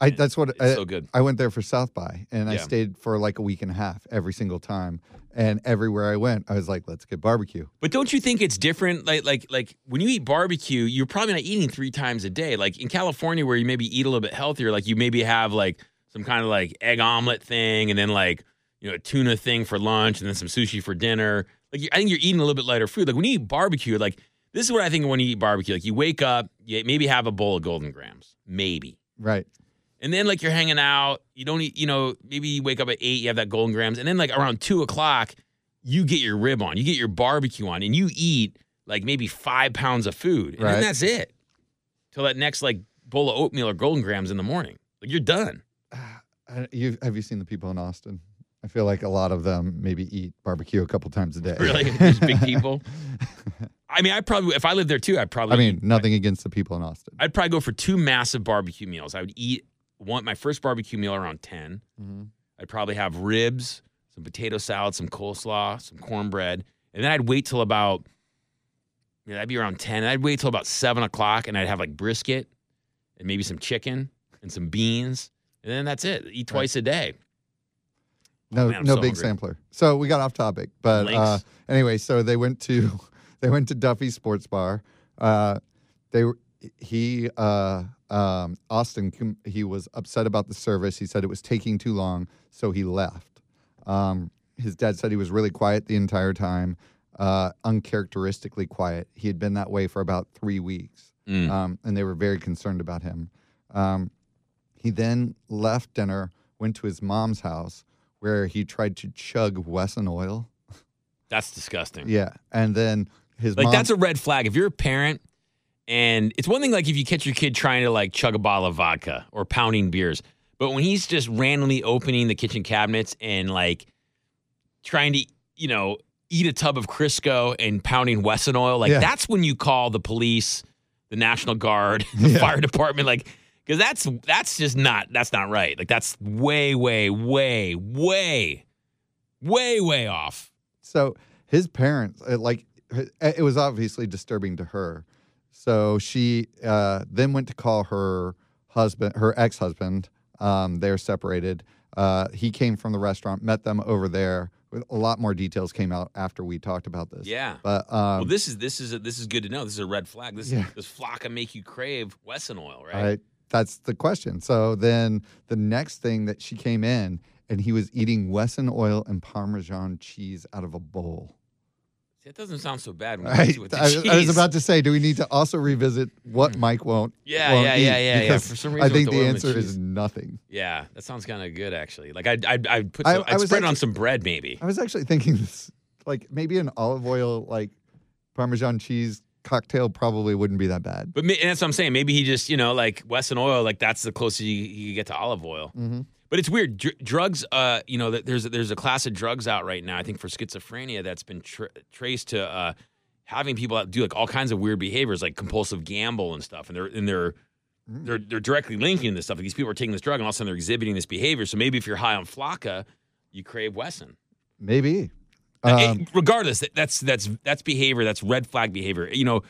[SPEAKER 1] I, that's what
[SPEAKER 2] It's
[SPEAKER 1] I,
[SPEAKER 2] so good.
[SPEAKER 1] I went there for South by and I
[SPEAKER 2] Yeah.
[SPEAKER 1] stayed for like a week and a half every single time. And everywhere I went, I was like, let's get barbecue.
[SPEAKER 2] But don't you think it's different? Like like like when you eat barbecue, you're probably not eating three times a day. Like in California, where you maybe eat a little bit healthier, like you maybe have like some kind of like egg omelet thing, and then like you know a tuna thing for lunch, and then some sushi for dinner. Like you- I think you're eating a little bit lighter food. Like when you eat barbecue, like this is what I think when you eat barbecue. Like you wake up, you maybe have a bowl of Golden Grams, maybe.
[SPEAKER 1] Right.
[SPEAKER 2] And then like you're hanging out, you don't eat, you know, maybe you wake up at eight, you have that golden grams, and then like around two o'clock, you get your rib on, you get your barbecue on, and you eat like maybe five pounds of food. And
[SPEAKER 1] Right.
[SPEAKER 2] then that's it. Till that next like bowl of oatmeal or golden grams in the morning. Like you're done.
[SPEAKER 1] Uh, you have you seen the people in Austin? I feel like a lot of them maybe eat barbecue a couple times a day.
[SPEAKER 2] Really? These big people? I mean, I probably if I lived there too, I'd probably
[SPEAKER 1] I mean, nothing against the people in Austin.
[SPEAKER 2] I'd probably go for two massive barbecue meals. I would eat one my first barbecue meal around ten.
[SPEAKER 1] Mhm.
[SPEAKER 2] I'd probably have ribs, some potato salad, some coleslaw, some cornbread, and then I'd wait till about you know, that'd be around ten. I'd wait till about seven o'clock, and I'd have like brisket and maybe some chicken and some beans, and then that's it. Eat twice a day. Oh,
[SPEAKER 1] No,
[SPEAKER 2] man, I'm
[SPEAKER 1] no
[SPEAKER 2] so
[SPEAKER 1] big
[SPEAKER 2] hungry.
[SPEAKER 1] sampler. So we got off topic, but uh,
[SPEAKER 2] Links.
[SPEAKER 1] anyway, so they went to they went to Duffy's Sports Bar. Uh, they were he uh, um, Austin com- he was upset about the service. He said it was taking too long, so he left. Um, his dad said he was really quiet the entire time, uh, uncharacteristically quiet. He had been that way for about three weeks.
[SPEAKER 2] Mm.
[SPEAKER 1] um, and they were very concerned about him. Um, he then left dinner, went to his mom's house, where he tried to chug Wesson oil.
[SPEAKER 2] That's disgusting.
[SPEAKER 1] Yeah, and then his
[SPEAKER 2] Like
[SPEAKER 1] mom.
[SPEAKER 2] that's a red flag. If you're a parent and it's one thing like if you catch your kid trying to like chug a bottle of vodka or pounding beers, but when he's just randomly opening the kitchen cabinets and like trying to, you know, eat a tub of Crisco and pounding Wesson oil, like
[SPEAKER 1] Yeah.
[SPEAKER 2] that's when you call the police, the National Guard, the
[SPEAKER 1] Yeah.
[SPEAKER 2] fire department, like because that's that's just not that's not right. Like that's way, way, way, way, way, way off.
[SPEAKER 1] so his parents, uh, like, h- it was obviously disturbing to her. So she uh, then went to call her husband, her ex husband. Um, they're separated. Uh, he came from the restaurant, met them over there. A lot more details came out after we talked about this.
[SPEAKER 2] Yeah.
[SPEAKER 1] But um,
[SPEAKER 2] well, this is this is a, this is good to know. This is a red flag. This
[SPEAKER 1] Yeah.
[SPEAKER 2] this flock can make you crave Wesson oil, right?
[SPEAKER 1] I, that's the question. So then the next thing that she came in and he was eating Wesson oil and Parmesan cheese out of a bowl.
[SPEAKER 2] That doesn't sound so bad when you
[SPEAKER 1] Right?
[SPEAKER 2] see what the
[SPEAKER 1] I, was- I was
[SPEAKER 2] cheese- Hmm.
[SPEAKER 1] about to say, do we need to also revisit what Mike won't?
[SPEAKER 2] Yeah,
[SPEAKER 1] won't
[SPEAKER 2] yeah, yeah,
[SPEAKER 1] eat?
[SPEAKER 2] yeah, yeah.
[SPEAKER 1] Because
[SPEAKER 2] For some
[SPEAKER 1] I
[SPEAKER 2] reason,
[SPEAKER 1] think
[SPEAKER 2] with
[SPEAKER 1] the
[SPEAKER 2] the oil and
[SPEAKER 1] answer is
[SPEAKER 2] cheese.
[SPEAKER 1] nothing.
[SPEAKER 2] yeah. That sounds kind of good actually. Like I'd I'd, I'd put
[SPEAKER 1] I-
[SPEAKER 2] some,
[SPEAKER 1] I
[SPEAKER 2] I, would
[SPEAKER 1] was
[SPEAKER 2] spread it on
[SPEAKER 1] actually-
[SPEAKER 2] some bread maybe.
[SPEAKER 1] I was actually thinking this, like maybe an olive oil, like Parmesan cheese cocktail probably wouldn't be that bad.
[SPEAKER 2] But ma- and that's what I'm saying. Maybe he just you know like Wesson oil, like that's the closest you, you get to olive oil.
[SPEAKER 1] hmm
[SPEAKER 2] But it's weird. Dr- drugs, uh, you know, th- there's there's a class of drugs out right now. I think for schizophrenia that's been tr traced to uh, having people out do like all kinds of weird behaviors, like compulsive gamble and stuff. And they're and they're
[SPEAKER 1] Mm.
[SPEAKER 2] they're they're directly linking this stuff. Like, these people are taking this drug, and all of a sudden they're exhibiting this behavior. So maybe if you're high on Flocka, you crave Wesson.
[SPEAKER 1] Maybe.
[SPEAKER 2] Uh,
[SPEAKER 1] Um,
[SPEAKER 2] it- regardless, that, that's that's that's behavior. That's red flag behavior. You know,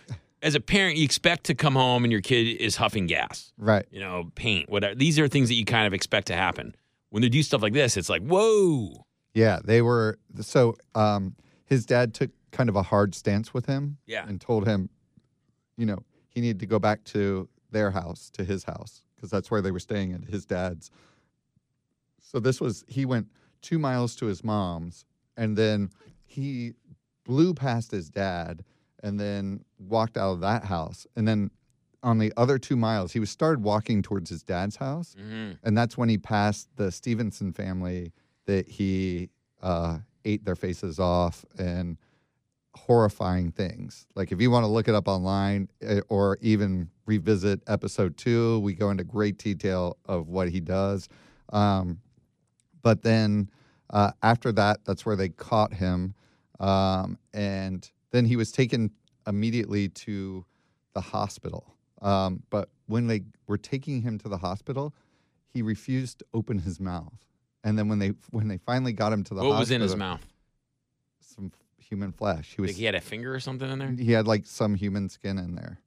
[SPEAKER 2] as a parent, you expect to come home and your kid is huffing gas
[SPEAKER 1] right.
[SPEAKER 2] you know, paint, whatever. These are things that you kind of expect to happen. When they do stuff like this, it's like, whoa.
[SPEAKER 1] Yeah, they were. So um, his dad took kind of a hard stance with him
[SPEAKER 2] Yeah.
[SPEAKER 1] and told him, you know, he needed to go back to their house, to his house, because that's where they were staying at his dad's. So this was, he went two miles to his mom's and then he blew past his dad and then walked out of that house. And then on the other two miles, he was started walking towards his dad's house
[SPEAKER 2] Mhm.
[SPEAKER 1] and that's when he passed the Stevenson family that he uh, ate their faces off and horrifying things. Like if you want to look it up online eh, or even revisit episode two, we go into great detail of what he does. Um, but then uh, after that, that's where they caught him, um, and then he was taken immediately to the hospital. Um, but when they were taking him to the hospital, he refused to open his mouth. And then when they when they finally got him to the
[SPEAKER 2] What
[SPEAKER 1] hospital,
[SPEAKER 2] was in his mouth?
[SPEAKER 1] Some f- human flesh. He was
[SPEAKER 2] Like he had a finger or something in there?
[SPEAKER 1] he had like some human skin in there,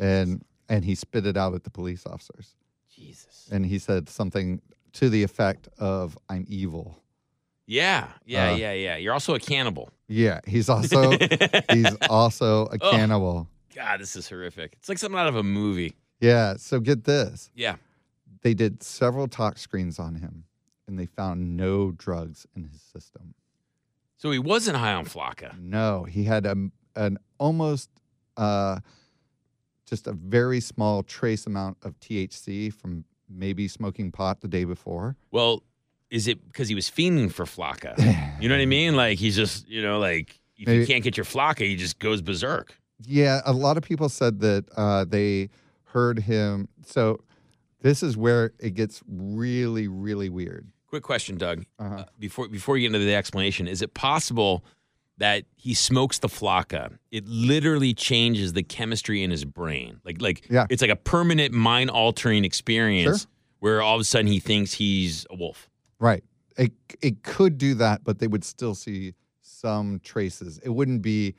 [SPEAKER 1] and and he spit it out at the police officers,
[SPEAKER 2] Jesus.
[SPEAKER 1] and he said something to the effect of "I'm evil."
[SPEAKER 2] Yeah. Yeah.
[SPEAKER 1] Uh,
[SPEAKER 2] yeah. Yeah. You're also a cannibal.
[SPEAKER 1] Yeah, he's also he's also a
[SPEAKER 2] Ugh.
[SPEAKER 1] cannibal.
[SPEAKER 2] God, this is horrific. It's like something out of a movie.
[SPEAKER 1] Yeah. So get this.
[SPEAKER 2] Yeah.
[SPEAKER 1] They did several talk screens on him, and they found no drugs in his system.
[SPEAKER 2] So he wasn't high on Flocka.
[SPEAKER 1] No, he had a, an almost uh, just a very small trace amount of THC from maybe smoking pot the day before.
[SPEAKER 2] Well, is it because he was fiending for Flocka? You know what I mean? Like he's just, you know, like if
[SPEAKER 1] Maybe-
[SPEAKER 2] you can't get your Flocka, he just goes berserk.
[SPEAKER 1] Yeah, a lot of people said that uh, they heard him. So this is where it gets really, really weird.
[SPEAKER 2] Quick question, Doug.
[SPEAKER 1] Uh-huh.
[SPEAKER 2] Uh, before before you get into the explanation, is it possible that he smokes the flocka? It literally changes the chemistry in his brain. Like like
[SPEAKER 1] Yeah.
[SPEAKER 2] it's like a permanent mind altering experience where all of a sudden he thinks he's a wolf.
[SPEAKER 1] Right. It it could do that, but they would still see some traces. It wouldn't be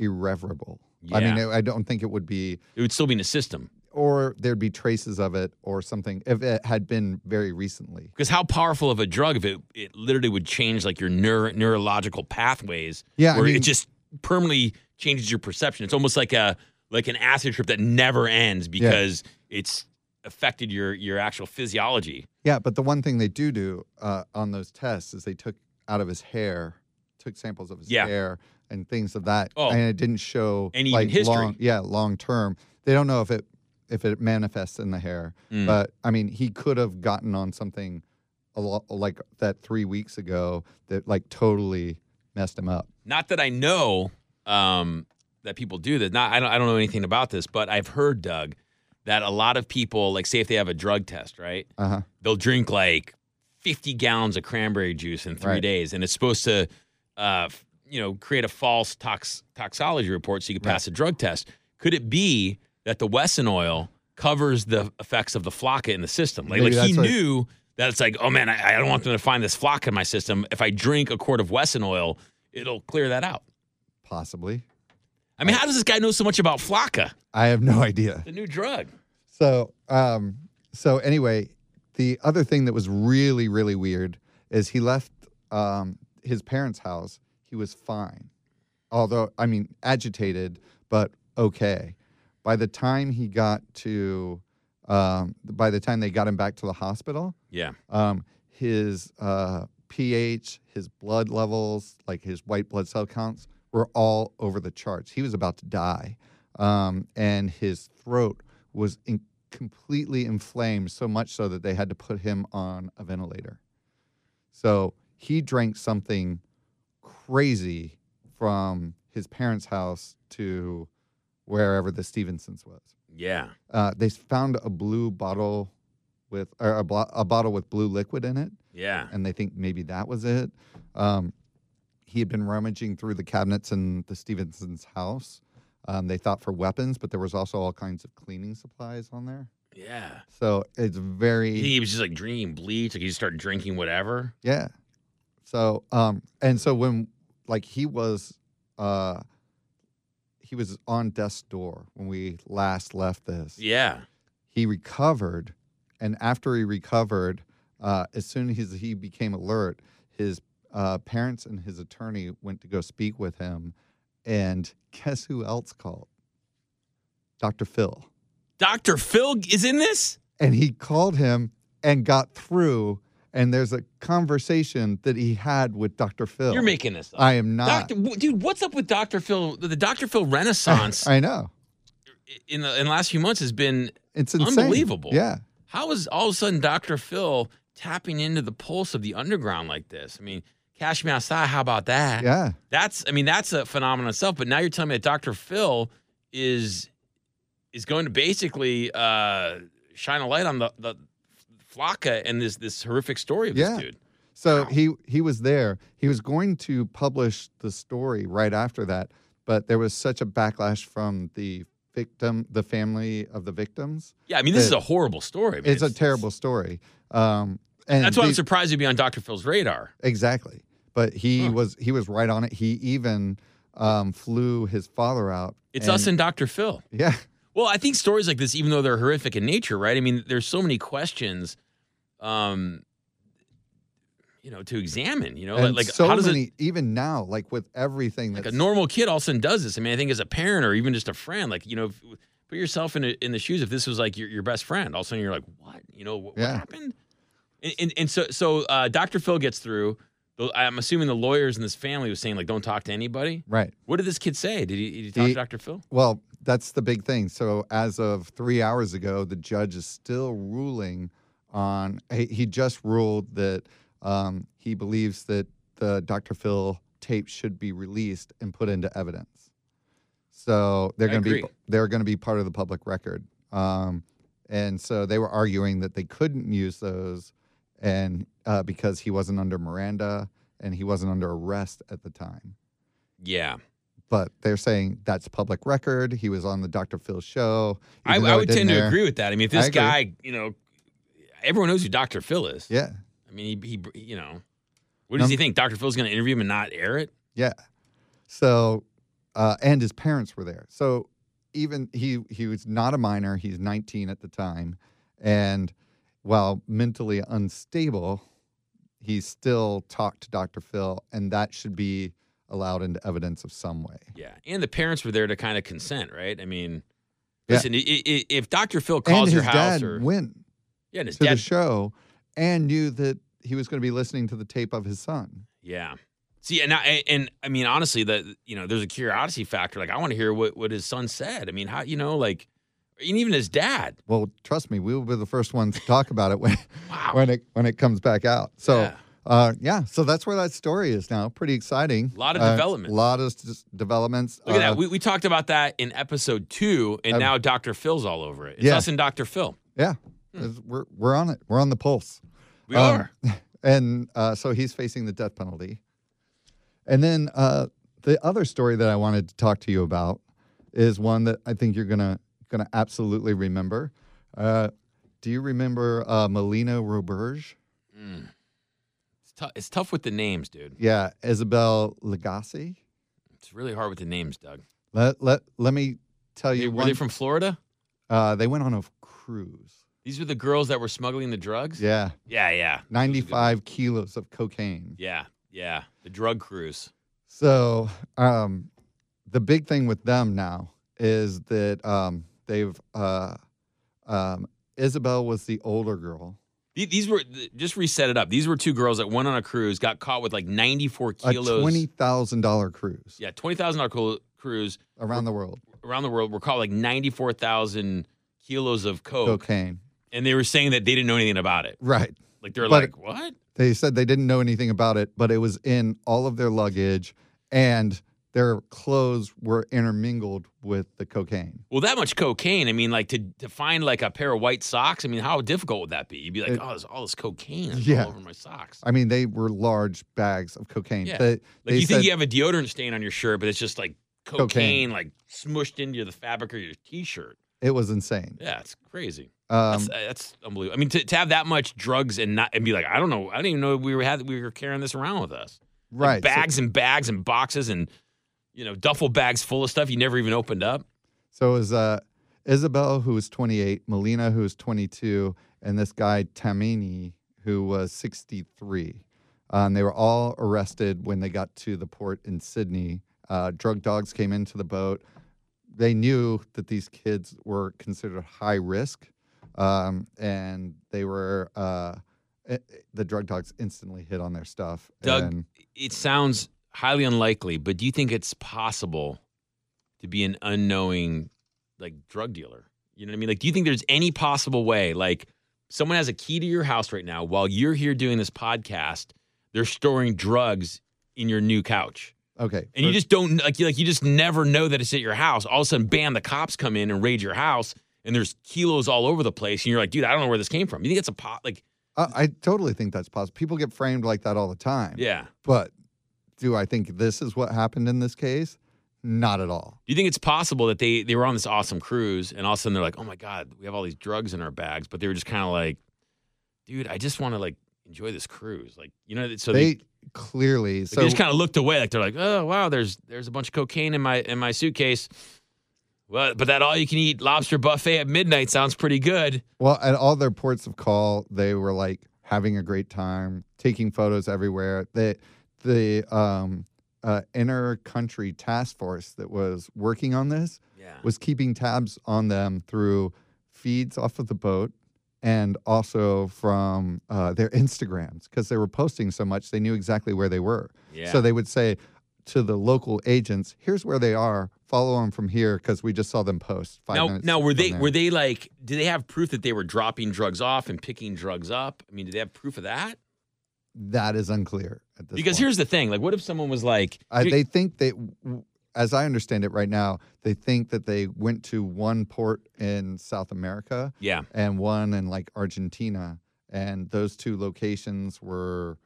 [SPEAKER 1] irreverable. I mean, I I don't think it would be,
[SPEAKER 2] It would still be in his system.
[SPEAKER 1] or there'd be traces of it, or something if it had been very recently.
[SPEAKER 2] Because how powerful of a drug if it, it literally would change like your neuro, neurological pathways
[SPEAKER 1] Yeah, I
[SPEAKER 2] where
[SPEAKER 1] mean,
[SPEAKER 2] it just permanently changes your perception. It's almost like a like an acid trip that never ends because it's affected your your actual physiology.
[SPEAKER 1] yeah. But the one thing they do do uh, on those tests is they took out of his hair, took samples of his
[SPEAKER 2] Yeah.
[SPEAKER 1] hair and things of that,
[SPEAKER 2] Oh.
[SPEAKER 1] and it didn't show
[SPEAKER 2] Any
[SPEAKER 1] like
[SPEAKER 2] history.
[SPEAKER 1] long, yeah, long term. They don't know if it if it manifests in the hair.
[SPEAKER 2] Mm.
[SPEAKER 1] But I mean, he could have gotten on something a lot like that three weeks ago that like totally messed him up.
[SPEAKER 2] not that I know um, that people do that. Not I don't I don't know anything about this, but I've heard Doug that a lot of people like say if they have a drug test, right?
[SPEAKER 1] Uh huh.
[SPEAKER 2] They'll drink like 50 gallons of cranberry juice in three
[SPEAKER 1] Right.
[SPEAKER 2] days, and it's supposed to, uh, f- you know, create a false tox toxology report so you can
[SPEAKER 1] Right.
[SPEAKER 2] pass a drug test. Could it be that the Wesson oil covers the effects of the flocka in the system? Like,
[SPEAKER 1] Maybe
[SPEAKER 2] like he
[SPEAKER 1] that's what-
[SPEAKER 2] knew that it's like, oh man, I, I don't want them to find this flocka in my system. If I drink a quart of Wesson oil, it'll clear that out.
[SPEAKER 1] Possibly.
[SPEAKER 2] I mean, how does this guy know so much about Flocka,
[SPEAKER 1] I have no idea.
[SPEAKER 2] the new drug?
[SPEAKER 1] So, um, so anyway, the other thing that was really really weird is he left um, his parents' house. He was fine, although I mean agitated, but okay. By the time he got to, um, by the time they got him back to the hospital,
[SPEAKER 2] Yeah.
[SPEAKER 1] um, his uh, pH, his blood levels, like his white blood cell counts, were all over the charts. He was about to die, um, and his throat was in- completely inflamed, so much so that they had to put him on a ventilator. So he drank something crazy from his parents' house to wherever the Stevensons was
[SPEAKER 2] Yeah.
[SPEAKER 1] uh, they found a blue bottle with or a, blo- a bottle with blue liquid in it,
[SPEAKER 2] Yeah.
[SPEAKER 1] and they think maybe that was it. Um, he had been rummaging through the cabinets in the Stevenson's house. Um, they thought for weapons, but there was also all kinds of cleaning supplies on there.
[SPEAKER 2] Yeah.
[SPEAKER 1] So it's very
[SPEAKER 2] He was just like drinking bleach. Like he just started drinking whatever.
[SPEAKER 1] Yeah. So um and so when like he was uh he was on death's door when we last left this.
[SPEAKER 2] Yeah.
[SPEAKER 1] he recovered, and after he recovered, uh, as soon as he became alert, his uh, parents and his attorney went to go speak with him, and guess who else called? Dr. Phil,
[SPEAKER 2] Dr. Phil is in this?
[SPEAKER 1] and he called him and got through. And there's a conversation that he had with Dr. Phil.
[SPEAKER 2] You're making this up.
[SPEAKER 1] I am not.
[SPEAKER 2] Doctor, w- dude, what's up with Dr. Phil? The Dr. Phil renaissance
[SPEAKER 1] I know.
[SPEAKER 2] in the in the last few months has been
[SPEAKER 1] It's insane.
[SPEAKER 2] Unbelievable.
[SPEAKER 1] Yeah.
[SPEAKER 2] how is all of a sudden Dr. Phil tapping into the pulse of the underground like this? I mean, Cash Me Outside, how about that?
[SPEAKER 1] Yeah.
[SPEAKER 2] That's I mean, that's a phenomenon in itself, but now you're telling me that Dr. Phil is is going to basically uh shine a light on the the Flocka and this this horrific story of
[SPEAKER 1] Yeah.
[SPEAKER 2] this dude.
[SPEAKER 1] So
[SPEAKER 2] Wow.
[SPEAKER 1] he he was there. He was going to publish the story right after that, but there was such a backlash from the victim, the family of the victims.
[SPEAKER 2] Yeah, I mean, this
[SPEAKER 1] That-
[SPEAKER 2] is a horrible story. man.
[SPEAKER 1] it's a terrible story. Um, and
[SPEAKER 2] That's why I'm
[SPEAKER 1] the-
[SPEAKER 2] surprised you'd be on Dr. Phil's radar.
[SPEAKER 1] exactly. But he
[SPEAKER 2] Huh.
[SPEAKER 1] was he was right on it. He even um, flew his father out.
[SPEAKER 2] It's us and Dr. Phil.
[SPEAKER 1] yeah,
[SPEAKER 2] Well, I think stories like this, even though they're horrific in nature, right? I mean, there's so many questions, um, you know, to examine. You know,
[SPEAKER 1] and
[SPEAKER 2] like
[SPEAKER 1] so
[SPEAKER 2] how does
[SPEAKER 1] many
[SPEAKER 2] it?
[SPEAKER 1] even now, like with everything
[SPEAKER 2] Like
[SPEAKER 1] that's
[SPEAKER 2] a normal kid all of a sudden does this. I mean, I think as a parent or even just a friend, like you know, if, put yourself in a, in the shoes. If this was like your, your best friend, all of a sudden you're like, what? You know, what,
[SPEAKER 1] Yeah.
[SPEAKER 2] what happened? And and, and so so uh, Dr. Phil gets through. The- I'm assuming the lawyers in this family was saying like, don't talk to anybody.
[SPEAKER 1] right.
[SPEAKER 2] What did this kid say? Did he, did he talk
[SPEAKER 1] He-
[SPEAKER 2] to Dr. Phil?
[SPEAKER 1] Well, that's the big thing. So, as of three hours ago, the judge is still ruling on. He, he just ruled that um, he believes that the Dr. Phil tape should be released and put into evidence. So they're
[SPEAKER 2] I
[SPEAKER 1] going to be
[SPEAKER 2] agree.
[SPEAKER 1] they're going to be part of the public record. Um, and so they were arguing that they couldn't use those, and uh, because he wasn't under Miranda and he wasn't under arrest at the time
[SPEAKER 2] Yeah.
[SPEAKER 1] but they're saying that's public record. He was on the Dr. Phil show.
[SPEAKER 2] I,
[SPEAKER 1] even though
[SPEAKER 2] I
[SPEAKER 1] it
[SPEAKER 2] would
[SPEAKER 1] didn't
[SPEAKER 2] tend to
[SPEAKER 1] air.
[SPEAKER 2] agree with that. I mean, if
[SPEAKER 1] I
[SPEAKER 2] this
[SPEAKER 1] agree.
[SPEAKER 2] guy, you know, everyone knows who Dr. Phil is.
[SPEAKER 1] Yeah,
[SPEAKER 2] I mean, he, he you know, what does
[SPEAKER 1] Num-
[SPEAKER 2] he think? Dr. Phil's going to interview him and not air it?
[SPEAKER 1] yeah. So, uh, and his parents were there. So even he he was not a minor. He's 19 at the time, and while mentally unstable, he still talked to Dr. Phil, and that should be allowed into evidence of some way.
[SPEAKER 2] Yeah. And the parents were there to kind of consent, right? I mean,
[SPEAKER 1] Yeah.
[SPEAKER 2] listen, i i if Dr. Phil calls
[SPEAKER 1] and
[SPEAKER 2] your
[SPEAKER 1] his
[SPEAKER 2] house
[SPEAKER 1] dad
[SPEAKER 2] or
[SPEAKER 1] went
[SPEAKER 2] yeah, and his
[SPEAKER 1] to
[SPEAKER 2] dad,
[SPEAKER 1] the show, and knew that he was going to be listening to the tape of his son.
[SPEAKER 2] yeah. See, and I, and I mean, honestly, the you know, there's a curiosity factor. Like, I want to hear what what his son said. I mean, how you know, like, and even his dad.
[SPEAKER 1] Well, trust me, we will be the first ones to talk about it when
[SPEAKER 2] Wow.
[SPEAKER 1] when it when it comes back out. So
[SPEAKER 2] Yeah.
[SPEAKER 1] uh, yeah, so that's where that story is now. Pretty exciting.
[SPEAKER 2] Lot of
[SPEAKER 1] Uh,
[SPEAKER 2] developments.
[SPEAKER 1] lot of s- developments.
[SPEAKER 2] Look at
[SPEAKER 1] Uh,
[SPEAKER 2] that. We, we talked about that in episode two, and
[SPEAKER 1] Um,
[SPEAKER 2] now Dr. Phil's all over it. It's
[SPEAKER 1] yeah.
[SPEAKER 2] us and Dr. Phil.
[SPEAKER 1] yeah, It's- we're we're on it. We're on the pulse.
[SPEAKER 2] We
[SPEAKER 1] Um,
[SPEAKER 2] are.
[SPEAKER 1] And uh, so he's facing the death penalty. And then uh, the other story that I wanted to talk to you about is one that I think you're gonna gonna absolutely remember. Uh, do you remember uh, Melina Roberge?
[SPEAKER 2] Mm.
[SPEAKER 1] Um,
[SPEAKER 2] It's, tou- it's tough with the names, dude.
[SPEAKER 1] Yeah, Isabel Lagasse.
[SPEAKER 2] It's really hard with the names, Doug.
[SPEAKER 1] Let let let me tell
[SPEAKER 2] They-
[SPEAKER 1] you
[SPEAKER 2] were
[SPEAKER 1] one.
[SPEAKER 2] they from Florida?
[SPEAKER 1] uh, they went on a cruise.
[SPEAKER 2] These These were the girls that were smuggling the drugs.
[SPEAKER 1] Yeah.
[SPEAKER 2] yeah, yeah,
[SPEAKER 1] 95 kilos of cocaine.
[SPEAKER 2] yeah. yeah. The drug cruise.
[SPEAKER 1] So um, the big thing with them now is that um, they've uh, um, Isabel was the older girl,
[SPEAKER 2] The- These were th- just reset it up. These were two girls that went on a cruise, got caught with like 94
[SPEAKER 1] a
[SPEAKER 2] kilos.
[SPEAKER 1] twenty thousand dollar cruise
[SPEAKER 2] yeah, twenty thousand dollar cruise
[SPEAKER 1] around the world,
[SPEAKER 2] around the world. Were caught like 94,000 kilos of coke,
[SPEAKER 1] cocaine.
[SPEAKER 2] and they were saying that they didn't know anything about it.
[SPEAKER 1] Right.
[SPEAKER 2] Like they're
[SPEAKER 1] But-
[SPEAKER 2] like, what?
[SPEAKER 1] They said they didn't know anything about it, but it was in all of their luggage, and their clothes were intermingled with the cocaine.
[SPEAKER 2] Well, that much cocaine. I mean, like to, to find like a pair of white socks. I mean, how difficult would that be? You'd be like,
[SPEAKER 1] It-
[SPEAKER 2] oh, there's all this cocaine
[SPEAKER 1] Yeah.
[SPEAKER 2] all over my socks.
[SPEAKER 1] I mean, they were large bags of cocaine.
[SPEAKER 2] Yeah.
[SPEAKER 1] They-
[SPEAKER 2] Like
[SPEAKER 1] they
[SPEAKER 2] you
[SPEAKER 1] said-
[SPEAKER 2] think you have a deodorant stain on your shirt, but it's just like cocaine,
[SPEAKER 1] Cocaine.
[SPEAKER 2] like smushed into the fabric of your t-shirt.
[SPEAKER 1] it was insane.
[SPEAKER 2] Yeah, it's crazy.
[SPEAKER 1] Um,
[SPEAKER 2] That's, uh, that's unbelievable. I mean, to, to have that much drugs and not and be like, I don't know, I didn't even know we were had we were carrying this around with us. Like,
[SPEAKER 1] right. so-
[SPEAKER 2] bags and bags and boxes and you know duffel bags full of stuff you never even opened up.
[SPEAKER 1] So it was uh, Isabel, who was 28, Melina, who was 22, and this guy, Tamini, who was 63. Um, they were all arrested when they got to the port in Sydney. Uh, drug dogs came into the boat. They knew that these kids were considered high risk, um, and they were. Uh, i- i- the drug dogs instantly hit on their stuff.
[SPEAKER 2] Doug-
[SPEAKER 1] and
[SPEAKER 2] It sounds highly unlikely, but do you think it's possible to be an unknowing like drug dealer? You know what I mean? Like, do you think there's any possible way like someone has a key to your house right now while you're here doing this podcast? They're storing drugs in your new couch.
[SPEAKER 1] okay,
[SPEAKER 2] And you
[SPEAKER 1] for-
[SPEAKER 2] just don't like you like you just never know that it's at your house. All of a sudden, bam, the cops come in and raid your house, and there's kilos all over the place, and you're like, dude, I don't know where this came from. You think it's a pot? Like,
[SPEAKER 1] I, I totally think that's possible. People get framed like that all the time.
[SPEAKER 2] yeah. Do
[SPEAKER 1] But do I think this is what happened in this case? Not at all.
[SPEAKER 2] you think it's possible that they they were on this awesome cruise, and all of a sudden they're like, oh my god, we have all these drugs in our bags, but they were just kind of like, dude, I just want to like enjoy this cruise, like you know. So they,
[SPEAKER 1] they, clearly
[SPEAKER 2] like,
[SPEAKER 1] so
[SPEAKER 2] they just kind of looked away, like they're like, oh wow, there's there's a bunch of cocaine in my in my suitcase. Well, but that all you can eat lobster buffet at midnight sounds pretty good.
[SPEAKER 1] well at all their ports of call they were like having a great time, taking photos everywhere. The the um uh, inner country task force that was working on this
[SPEAKER 2] Yeah.
[SPEAKER 1] was keeping tabs on them through feeds off of the boat and also from uh, their Instagrams because they were posting so much they knew exactly where they were.
[SPEAKER 2] Yeah.
[SPEAKER 1] So they would say to the local agents, "Here's where they are. Follow them from here because we just saw them post five
[SPEAKER 2] now,
[SPEAKER 1] minutes."
[SPEAKER 2] now were
[SPEAKER 1] from
[SPEAKER 2] they
[SPEAKER 1] there."
[SPEAKER 2] were they like? Do they have proof that they were dropping drugs off and picking drugs up? I mean, do they have proof of that?
[SPEAKER 1] that is unclear at this
[SPEAKER 2] Because
[SPEAKER 1] point.
[SPEAKER 2] here's the thing: like, what if someone was like,
[SPEAKER 1] I,
[SPEAKER 2] "Dude,
[SPEAKER 1] Uh, they think they, as I understand it right now, they think that they went to one port in South America
[SPEAKER 2] "Yeah,
[SPEAKER 1] and one in like Argentina, and those two locations were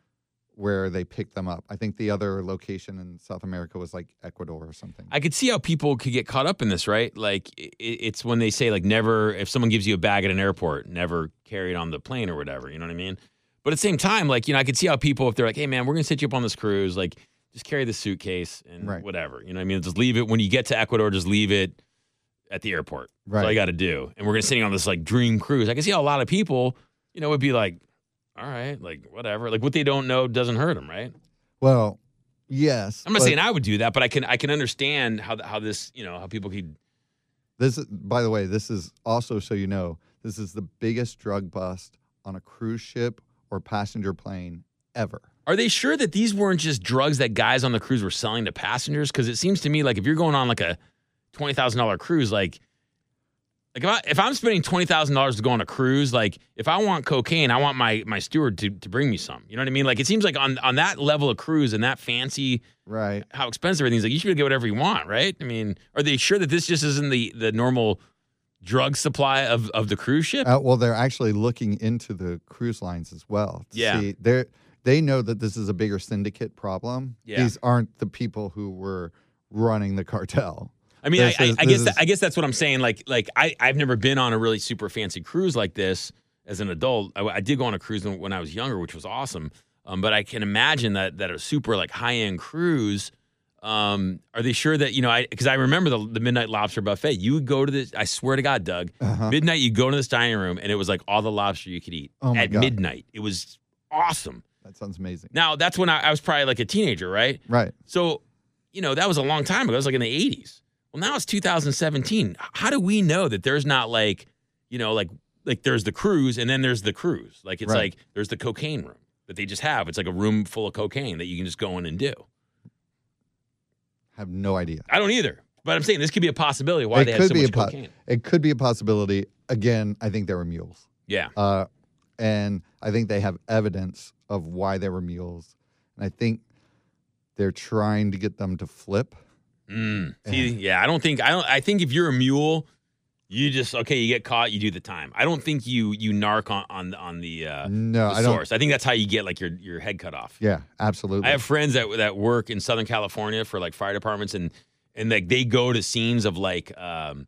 [SPEAKER 1] where they picked them up. I think the other location in South America was like Ecuador or something.
[SPEAKER 2] I could see how people could get caught up in this, right? Like, i it's when they say like, never. If someone gives you a bag at an airport, never carry it on the plane or whatever. You know what I mean? But at the same time, like, you know, I could see how people, if they're like, "Hey, man, we're gonna set you up on this cruise," like, just carry the suitcase and
[SPEAKER 1] Right.
[SPEAKER 2] whatever. You know what I mean? Just leave it when you get to Ecuador. Just leave it at the airport. That's all you
[SPEAKER 1] right?
[SPEAKER 2] got to do. And we're gonna sitting on this like dream cruise. I can see how a lot of people, you know, would be like, all right, like whatever. Like what they don't know doesn't hurt them, right?
[SPEAKER 1] well, yes.
[SPEAKER 2] I'm not
[SPEAKER 1] but-
[SPEAKER 2] saying I would do that, but I can I can understand how th- how this you know how people could.
[SPEAKER 1] This, is- by the way, this is also so you know, this is the biggest drug bust on a cruise ship or passenger plane ever.
[SPEAKER 2] Are they sure that these weren't just drugs that guys on the cruise were selling to passengers? Because it seems to me like if you're going on like a twenty thousand dollar cruise, like like if I if I'm spending twenty thousand dollars to go on a cruise, like if I want cocaine, I want my my steward to to bring me some. You know what I mean? Like it seems like on on that level of cruise and that fancy
[SPEAKER 1] Right.
[SPEAKER 2] how expensive everything's like you should be able to get whatever you want right i mean are they sure that this just isn't the the normal drug supply of of the cruise ship
[SPEAKER 1] Uh, well, they're actually looking into the cruise lines as well. to
[SPEAKER 2] Yeah.
[SPEAKER 1] See, they they know that this is a bigger syndicate problem.
[SPEAKER 2] Yeah.
[SPEAKER 1] These aren't the people who were running the cartel.
[SPEAKER 2] i mean I,
[SPEAKER 1] this
[SPEAKER 2] I,
[SPEAKER 1] is- this
[SPEAKER 2] I guess
[SPEAKER 1] is-
[SPEAKER 2] that, i guess that's what i'm saying like like i i've never been on a really super fancy cruise like this as an adult i, I did go on a cruise when, when i was younger which was awesome um, but i can imagine that that a super like high end cruise Um, are they sure that you know? I because I remember the, the midnight lobster buffet. You would go to this. I swear to God, Doug,
[SPEAKER 1] Uh-huh.
[SPEAKER 2] midnight. You go to this dining room, and it was like all the lobster you could eat
[SPEAKER 1] Oh my
[SPEAKER 2] at
[SPEAKER 1] God.
[SPEAKER 2] midnight. It was awesome.
[SPEAKER 1] That sounds amazing.
[SPEAKER 2] Now that's when I, I was probably like a teenager, right?
[SPEAKER 1] Right.
[SPEAKER 2] So, you know, that was a long time ago. It was like in the 80s. Well, now it's 2017. H- How do we know that there's not like, you know, like like there's the cruise and then there's the cruise. Like it's
[SPEAKER 1] Right.
[SPEAKER 2] like there's the cocaine room that they just have. It's like a room full of cocaine that you can just go in and do.
[SPEAKER 1] Have no idea.
[SPEAKER 2] I don't either. But I'm saying this could be a possibility why
[SPEAKER 1] It
[SPEAKER 2] they
[SPEAKER 1] could
[SPEAKER 2] had so
[SPEAKER 1] be
[SPEAKER 2] much
[SPEAKER 1] a po-
[SPEAKER 2] cocaine.
[SPEAKER 1] It could be a possibility. Again, I think they were mules.
[SPEAKER 2] Yeah.
[SPEAKER 1] Uh, and I think they have evidence of why they were mules. And I think they're trying to get them to flip.
[SPEAKER 2] Mm. See, yeah, I don't think I don't I think if you're a mule, you just okay, you get caught, you do the time. I don't think you you narc on on, on the uh
[SPEAKER 1] no,
[SPEAKER 2] the
[SPEAKER 1] I don't.
[SPEAKER 2] source. I think that's how you get like your your head cut off.
[SPEAKER 1] Yeah, absolutely.
[SPEAKER 2] I have friends that that work in Southern California for like fire departments, and and like they go to scenes of like um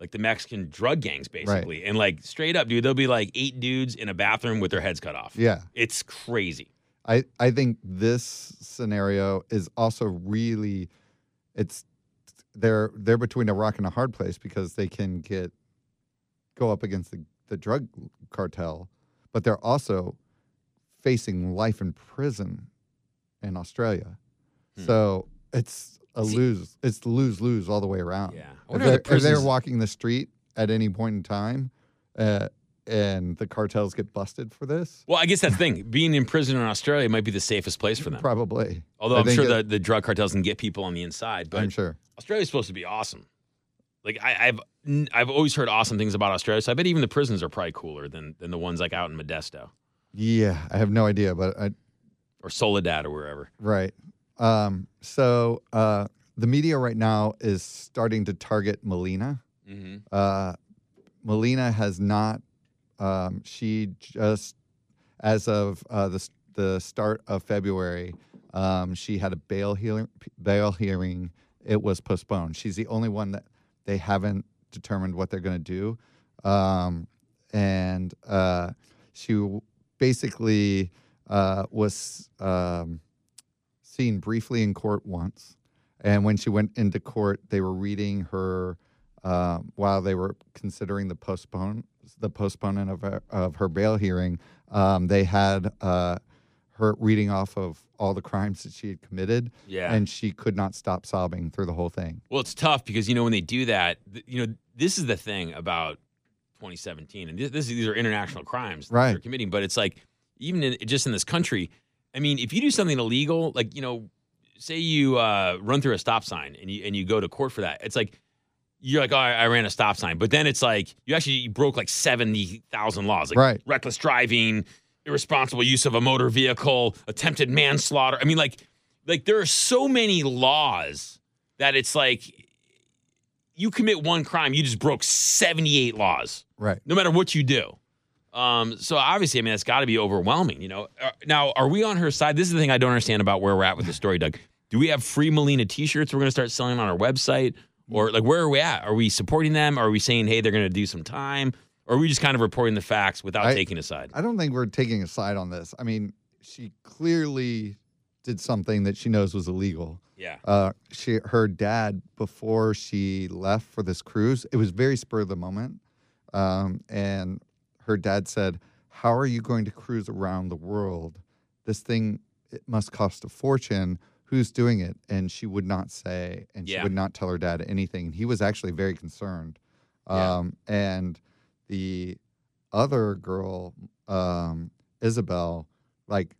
[SPEAKER 2] like the Mexican drug gangs basically, and like straight up, dude, there'll be like eight dudes in a bathroom with their heads cut off.
[SPEAKER 1] yeah.
[SPEAKER 2] It's crazy.
[SPEAKER 1] I, I think this scenario is also really it's they're they're between a rock and a hard place because they can get go up against the, the drug cartel, but they're also facing life in prison in Australia.
[SPEAKER 2] Hmm.
[SPEAKER 1] So it's a
[SPEAKER 2] See-
[SPEAKER 1] lose it's lose lose all the way around.
[SPEAKER 2] Yeah,
[SPEAKER 1] Uh,
[SPEAKER 2] I
[SPEAKER 1] If
[SPEAKER 2] wonder
[SPEAKER 1] they're,
[SPEAKER 2] how the
[SPEAKER 1] if they're
[SPEAKER 2] prisons.
[SPEAKER 1] walking the street at any point in time, uh, and the cartels get busted for this,
[SPEAKER 2] Well, I guess that's the thing. Being in prison in Australia might be the safest place for them.
[SPEAKER 1] probably.
[SPEAKER 2] Although
[SPEAKER 1] I
[SPEAKER 2] I'm
[SPEAKER 1] think
[SPEAKER 2] sure
[SPEAKER 1] it-
[SPEAKER 2] the, the drug cartels can get people on the inside, but
[SPEAKER 1] I'm sure.
[SPEAKER 2] Australia's supposed to be awesome. Like I, I've n- I've always heard awesome things about Australia, so I bet even the prisons are probably cooler than than the ones like out in Modesto
[SPEAKER 1] Yeah, I have no idea, but I,
[SPEAKER 2] or Soledad or wherever.
[SPEAKER 1] right. Um, so uh, the media right now is starting to target Melina.
[SPEAKER 2] Mm-hmm.
[SPEAKER 1] Uh, Melina has not. Um, she just, as of uh, the s- the start of February, um, she had a bail hearing. Bail hearing. It was postponed. She's the only one that they haven't determined what they're going to do, um, and uh, she w- basically uh, was um, seen briefly in court once, and when she went into court, they were reading her um, while they were considering the postpone the postponement of her, of her bail hearing, um, they had uh, her reading off of all the crimes that she had committed,
[SPEAKER 2] Yeah.
[SPEAKER 1] and she could not stop sobbing through the whole thing.
[SPEAKER 2] Well, it's tough because you know when they do that, th- you know this is the thing about 2017, and thi- this, these are international crimes that
[SPEAKER 1] Right.
[SPEAKER 2] they're committing. But it's like even in, just in this country, I mean, if you do something illegal, like you know, say you uh, run through a stop sign and you and you go to court for that, it's like you're like, oh, I, I ran a stop sign, but then it's like you actually you broke like 70,000 laws, like
[SPEAKER 1] Right.
[SPEAKER 2] reckless driving, irresponsible use of a motor vehicle, attempted manslaughter. I mean, like like there are so many laws that it's like you commit one crime, you just broke 78 laws,
[SPEAKER 1] Right.
[SPEAKER 2] no matter what you do. Um, so obviously, I mean, that's got to be overwhelming, you know. Uh, Now, are we on her side? This is the thing I don't understand about where we're at with the story, Doug. Do we have free Molina T-shirts we're going to start selling on our website, or like where are we at? Are we supporting them? Are we saying, hey, they're going to do some time? Or are we just kind of reporting the facts without
[SPEAKER 1] I-
[SPEAKER 2] taking a side?
[SPEAKER 1] I don't think we're taking a side on this. I mean, she clearly did something that she knows was illegal.
[SPEAKER 2] yeah,
[SPEAKER 1] Uh, she, her dad, before she left for this cruise, it was very spur of the moment. Um, and her dad said, How are you going to cruise around the world? This thing, it must cost a fortune. Who's doing it? And she would not say, and
[SPEAKER 2] Yeah.
[SPEAKER 1] she would not tell her dad anything. And he was actually very concerned.
[SPEAKER 2] Yeah.
[SPEAKER 1] Um, And the other girl, um, Isabel, like,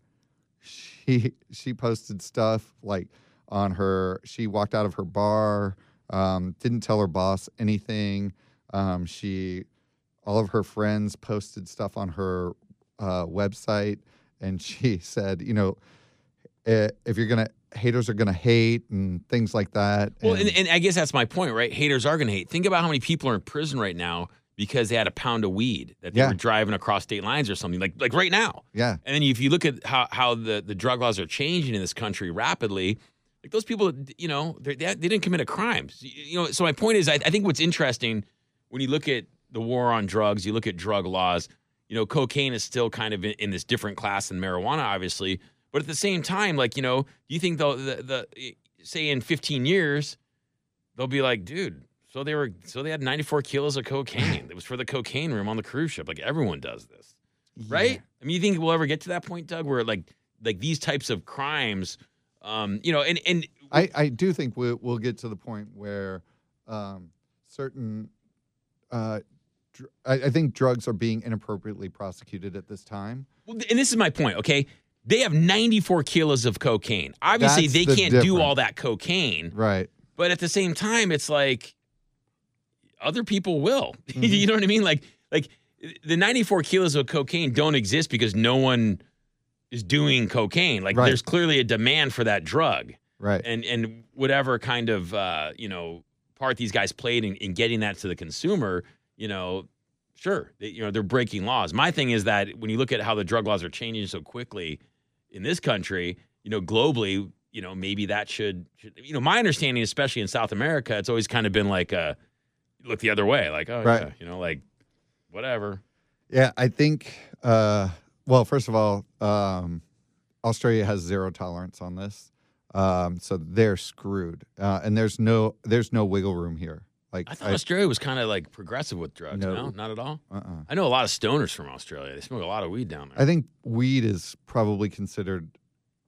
[SPEAKER 1] she she posted stuff like on her she walked out of her bar um, didn't tell her boss anything um, she all of her friends posted stuff on her uh, website and she said you know "Eh, if you're gonna haters are gonna hate and things like that
[SPEAKER 2] Well, and, and I guess that's my point, right? Haters are going to hate. Think about how many people are in prison right now because they had a pound of weed that they
[SPEAKER 1] Yeah.
[SPEAKER 2] were driving across state lines or something, like like right now.
[SPEAKER 1] yeah
[SPEAKER 2] And then if you look at how, how the, the drug laws are changing in this country rapidly, like those people, you know, they're- they, they didn't commit a crime. So, You you know, so my point is, I, I think what's interesting when you look at the war on drugs, you look at drug laws, you know, cocaine is still kind of in, in this different class than marijuana, obviously. But at the same time, like, you know, do you think the, the, the say in 15 years, they'll be like, dude, so they were so they had 94 kilos of cocaine. it was for the cocaine room on the cruise ship. Like everyone does this, right? I mean, you think we'll ever get to that point, Doug, where like like these types of crimes, um, you know, and and
[SPEAKER 1] I, I do think we'll, we'll get to the point where um, certain, uh, dr- I, I think drugs are being inappropriately prosecuted at this time.
[SPEAKER 2] Well, th- and this is my point, okay? They have 94 kilos of cocaine. Obviously,
[SPEAKER 1] That's
[SPEAKER 2] they
[SPEAKER 1] the
[SPEAKER 2] can't do
[SPEAKER 1] difference.
[SPEAKER 2] all that cocaine,
[SPEAKER 1] Right.
[SPEAKER 2] but at the same time, it's like other people will. you
[SPEAKER 1] Mhm.
[SPEAKER 2] know what I mean? Like, like the 94 kilos of cocaine don't exist because no one is doing cocaine. Like,
[SPEAKER 1] Right.
[SPEAKER 2] there's clearly a demand for that drug,
[SPEAKER 1] Right.
[SPEAKER 2] and and whatever kind of uh, you know part these guys played in, in getting that to the consumer, you know, sure, they, you know, they're breaking laws. My thing is that when you look at how the drug laws are changing so quickly in this country, you know, globally, you know, maybe that should, should you know, my understanding, especially in South America, it's always kind of been like, uh, look the other way, like, oh,
[SPEAKER 1] Right.
[SPEAKER 2] yeah, you know, like, whatever.
[SPEAKER 1] Yeah, I think. Uh, well, first of all, um, Australia has zero tolerance on this, um, so they're screwed, uh, and there's no there's no wiggle room here. Like,
[SPEAKER 2] I thought Australia was kind of like progressive with drugs. No.
[SPEAKER 1] No.
[SPEAKER 2] not at all.
[SPEAKER 1] uh-uh.
[SPEAKER 2] I know a lot of stoners from Australia. They smoke a lot of weed down there.
[SPEAKER 1] I think weed is probably considered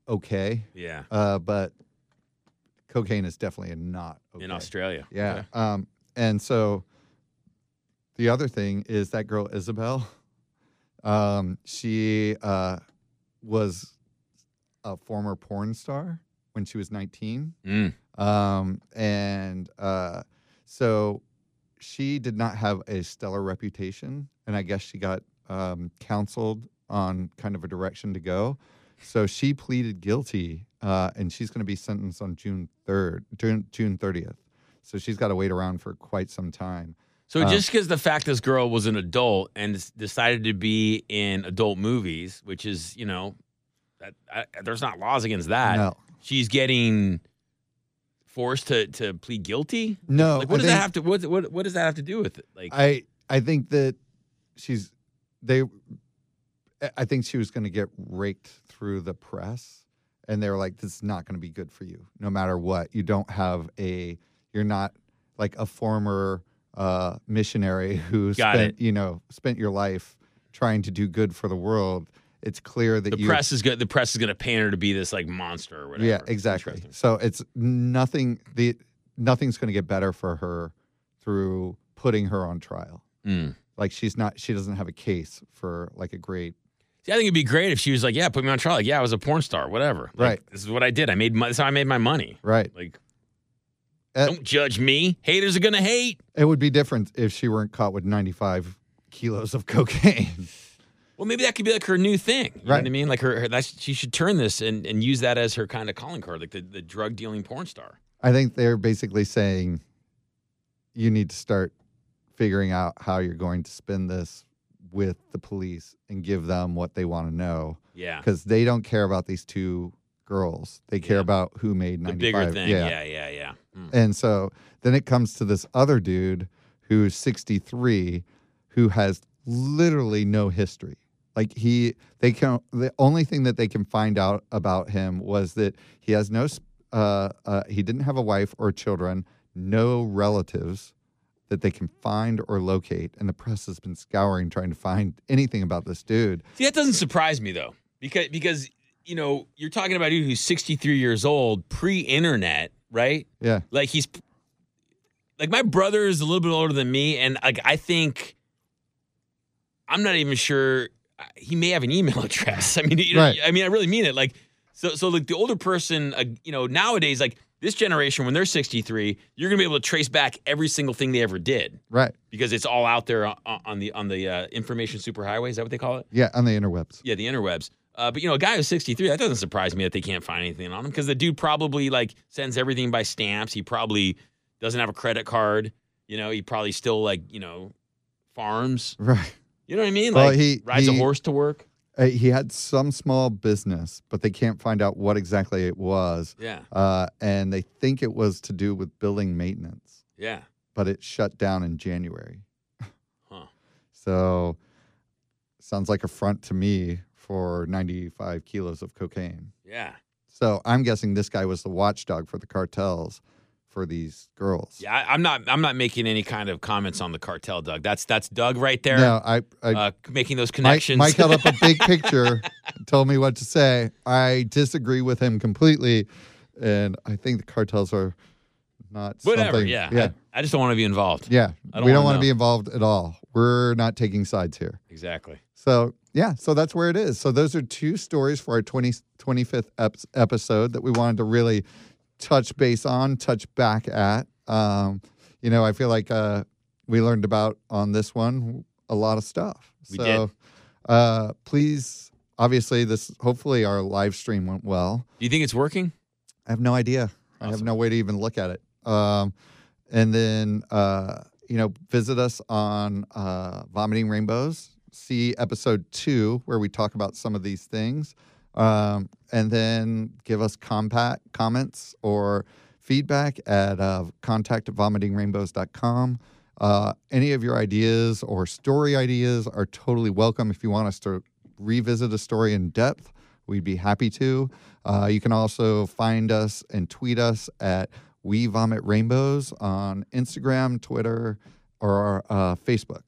[SPEAKER 1] okay,
[SPEAKER 2] yeah,
[SPEAKER 1] uh, but cocaine is definitely not okay.
[SPEAKER 2] in Australia.
[SPEAKER 1] Yeah.
[SPEAKER 2] Okay.
[SPEAKER 1] Um, and so the other thing is that girl Isabel, um, she uh, was a former porn star when she was 19.
[SPEAKER 2] Mm.
[SPEAKER 1] Um, and uh, so she did not have a stellar reputation. And I guess she got um, counseled on kind of a direction to go. So she pleaded guilty, uh, and she's going to be sentenced on June 3rd, June, June 30th. So she's got to wait around for quite some time.
[SPEAKER 2] So
[SPEAKER 1] Um,
[SPEAKER 2] just because the fact this girl was an adult and s- decided to be in adult movies, which is you know, that, I, there's not laws against that.
[SPEAKER 1] no,
[SPEAKER 2] She's getting forced to to plead guilty.
[SPEAKER 1] no.
[SPEAKER 2] Like,
[SPEAKER 1] Oh, I
[SPEAKER 2] what does that
[SPEAKER 1] think-
[SPEAKER 2] have to what what what does that have to do with it? Like,
[SPEAKER 1] I I think that she's they. I- I think she was going to get raked through the press, and they were like, "This is not going to be good for you, no matter what. You don't have a. You're not like a former uh, missionary who
[SPEAKER 2] Got
[SPEAKER 1] spent you know spent your life trying to do good for the world. It's clear that
[SPEAKER 2] the
[SPEAKER 1] you
[SPEAKER 2] press is good. The press is going to paint her to be this like monster or whatever.
[SPEAKER 1] yeah, exactly.
[SPEAKER 2] Interesting.
[SPEAKER 1] So it's nothing. The nothing's going to get better for her through putting her on trial
[SPEAKER 2] Mm.
[SPEAKER 1] like she's not she doesn't have a case for like a great
[SPEAKER 2] See, I think it'd be great if she was like, yeah, put me on trial. Like, yeah, I was a porn star, whatever. Like,
[SPEAKER 1] Right.
[SPEAKER 2] This is what I did. I made. Mo- this is how I made my money.
[SPEAKER 1] right
[SPEAKER 2] Like,
[SPEAKER 1] Uh,
[SPEAKER 2] don't judge me. Haters are going to hate.
[SPEAKER 1] it would be different if she weren't caught with 95 kilos of cocaine
[SPEAKER 2] Well, maybe that could be like her new thing. You know what I
[SPEAKER 1] Right.
[SPEAKER 2] mean? Like her, her that's she should turn this and, and use that as her kind of calling card, like the, the drug dealing porn star.
[SPEAKER 1] i think they're basically saying you need to start figuring out how you're going to spin this with the police and give them what they want to know
[SPEAKER 2] Yeah.
[SPEAKER 1] because they don't care about these two girls they care
[SPEAKER 2] Yeah.
[SPEAKER 1] about who made
[SPEAKER 2] The
[SPEAKER 1] 95
[SPEAKER 2] bigger thing. Yeah, yeah, yeah. Mm.
[SPEAKER 1] And so then it comes to this other dude who's 63 who has literally no history. Like he they can the only thing that they can find out about him was that he has no s- uh, uh he didn't have a wife or children, no relatives that they can find or locate and the press has been scouring trying to find anything about this dude.
[SPEAKER 2] See, that doesn't surprise me though. Because because, you know, you're talking about a dude who's sixty three years old, pre internet, right?
[SPEAKER 1] Yeah.
[SPEAKER 2] Like he's like my brother is a little bit older than me, and like I think I'm not even sure he may have an email address. I mean, you know,
[SPEAKER 1] Right.
[SPEAKER 2] I mean, I really mean it. Like, so so like the older person, uh, you know, nowadays like this generation when they're 63, you're gonna be able to trace back every single thing they ever did
[SPEAKER 1] Right.
[SPEAKER 2] because it's all out there on, on the on the uh, information superhighway. Is that what they call it?
[SPEAKER 1] Yeah, on the interwebs.
[SPEAKER 2] Yeah, the interwebs. Uh, but you know, a guy who's 63, that doesn't surprise me that they can't find anything on him because the dude probably like sends everything by stamps. He probably doesn't have a credit card. You know, he probably still like you know farms.
[SPEAKER 1] Right.
[SPEAKER 2] You know what I mean?
[SPEAKER 1] Well,
[SPEAKER 2] Like
[SPEAKER 1] he-
[SPEAKER 2] rides a
[SPEAKER 1] he-
[SPEAKER 2] horse to work.
[SPEAKER 1] Uh, he had some small business, but they can't find out what exactly it was.
[SPEAKER 2] Yeah,
[SPEAKER 1] uh, and they think it was to do with building maintenance,
[SPEAKER 2] yeah.
[SPEAKER 1] but it shut down in January.
[SPEAKER 2] Huh.
[SPEAKER 1] So, sounds like a front to me for 95 kilos of cocaine.
[SPEAKER 2] Yeah.
[SPEAKER 1] So I'm guessing this guy was the watchdog for the cartels for these girls.
[SPEAKER 2] Yeah, I, I'm not. I'm not making any kind of comments on the cartel, Doug. That's that's Doug right there,
[SPEAKER 1] No, I, I
[SPEAKER 2] uh, making those
[SPEAKER 1] Mike,
[SPEAKER 2] connections.
[SPEAKER 1] Mike held up a big picture, told me what to say. I disagree with him completely, and I think the cartels are not
[SPEAKER 2] Whatever.
[SPEAKER 1] something-
[SPEAKER 2] Yeah.
[SPEAKER 1] yeah,
[SPEAKER 2] I, I just don't want to be involved.
[SPEAKER 1] yeah.
[SPEAKER 2] I don't
[SPEAKER 1] we don't
[SPEAKER 2] wanna
[SPEAKER 1] want to
[SPEAKER 2] know.
[SPEAKER 1] be involved at all. We're not taking sides here.
[SPEAKER 2] Exactly.
[SPEAKER 1] So yeah, so that's where it is. So those are two stories for our 20, 25th ep- episode that we wanted to really touch base on, touch back at. Um, you know, I feel like uh, we learned about on this one a lot of stuff.
[SPEAKER 2] We
[SPEAKER 1] so
[SPEAKER 2] did.
[SPEAKER 1] Uh, please, obviously, this hopefully our live stream went well.
[SPEAKER 2] Do you think it's working?
[SPEAKER 1] I have no idea. I have
[SPEAKER 2] Awesome.
[SPEAKER 1] no way to even look at it. Um, and then, uh, you know, visit us on uh, Vomiting Rainbows. See episode two, where we talk about some of these things. Um, and then give us compact comments or feedback at uh, contact at vomitingrainbows.com. Uh, any of your ideas or story ideas are totally welcome. If you want us to revisit a story in depth, we'd be happy to. Uh, you can also find us and tweet us at We Vomit Rainbows on Instagram, Twitter, or uh, Facebook.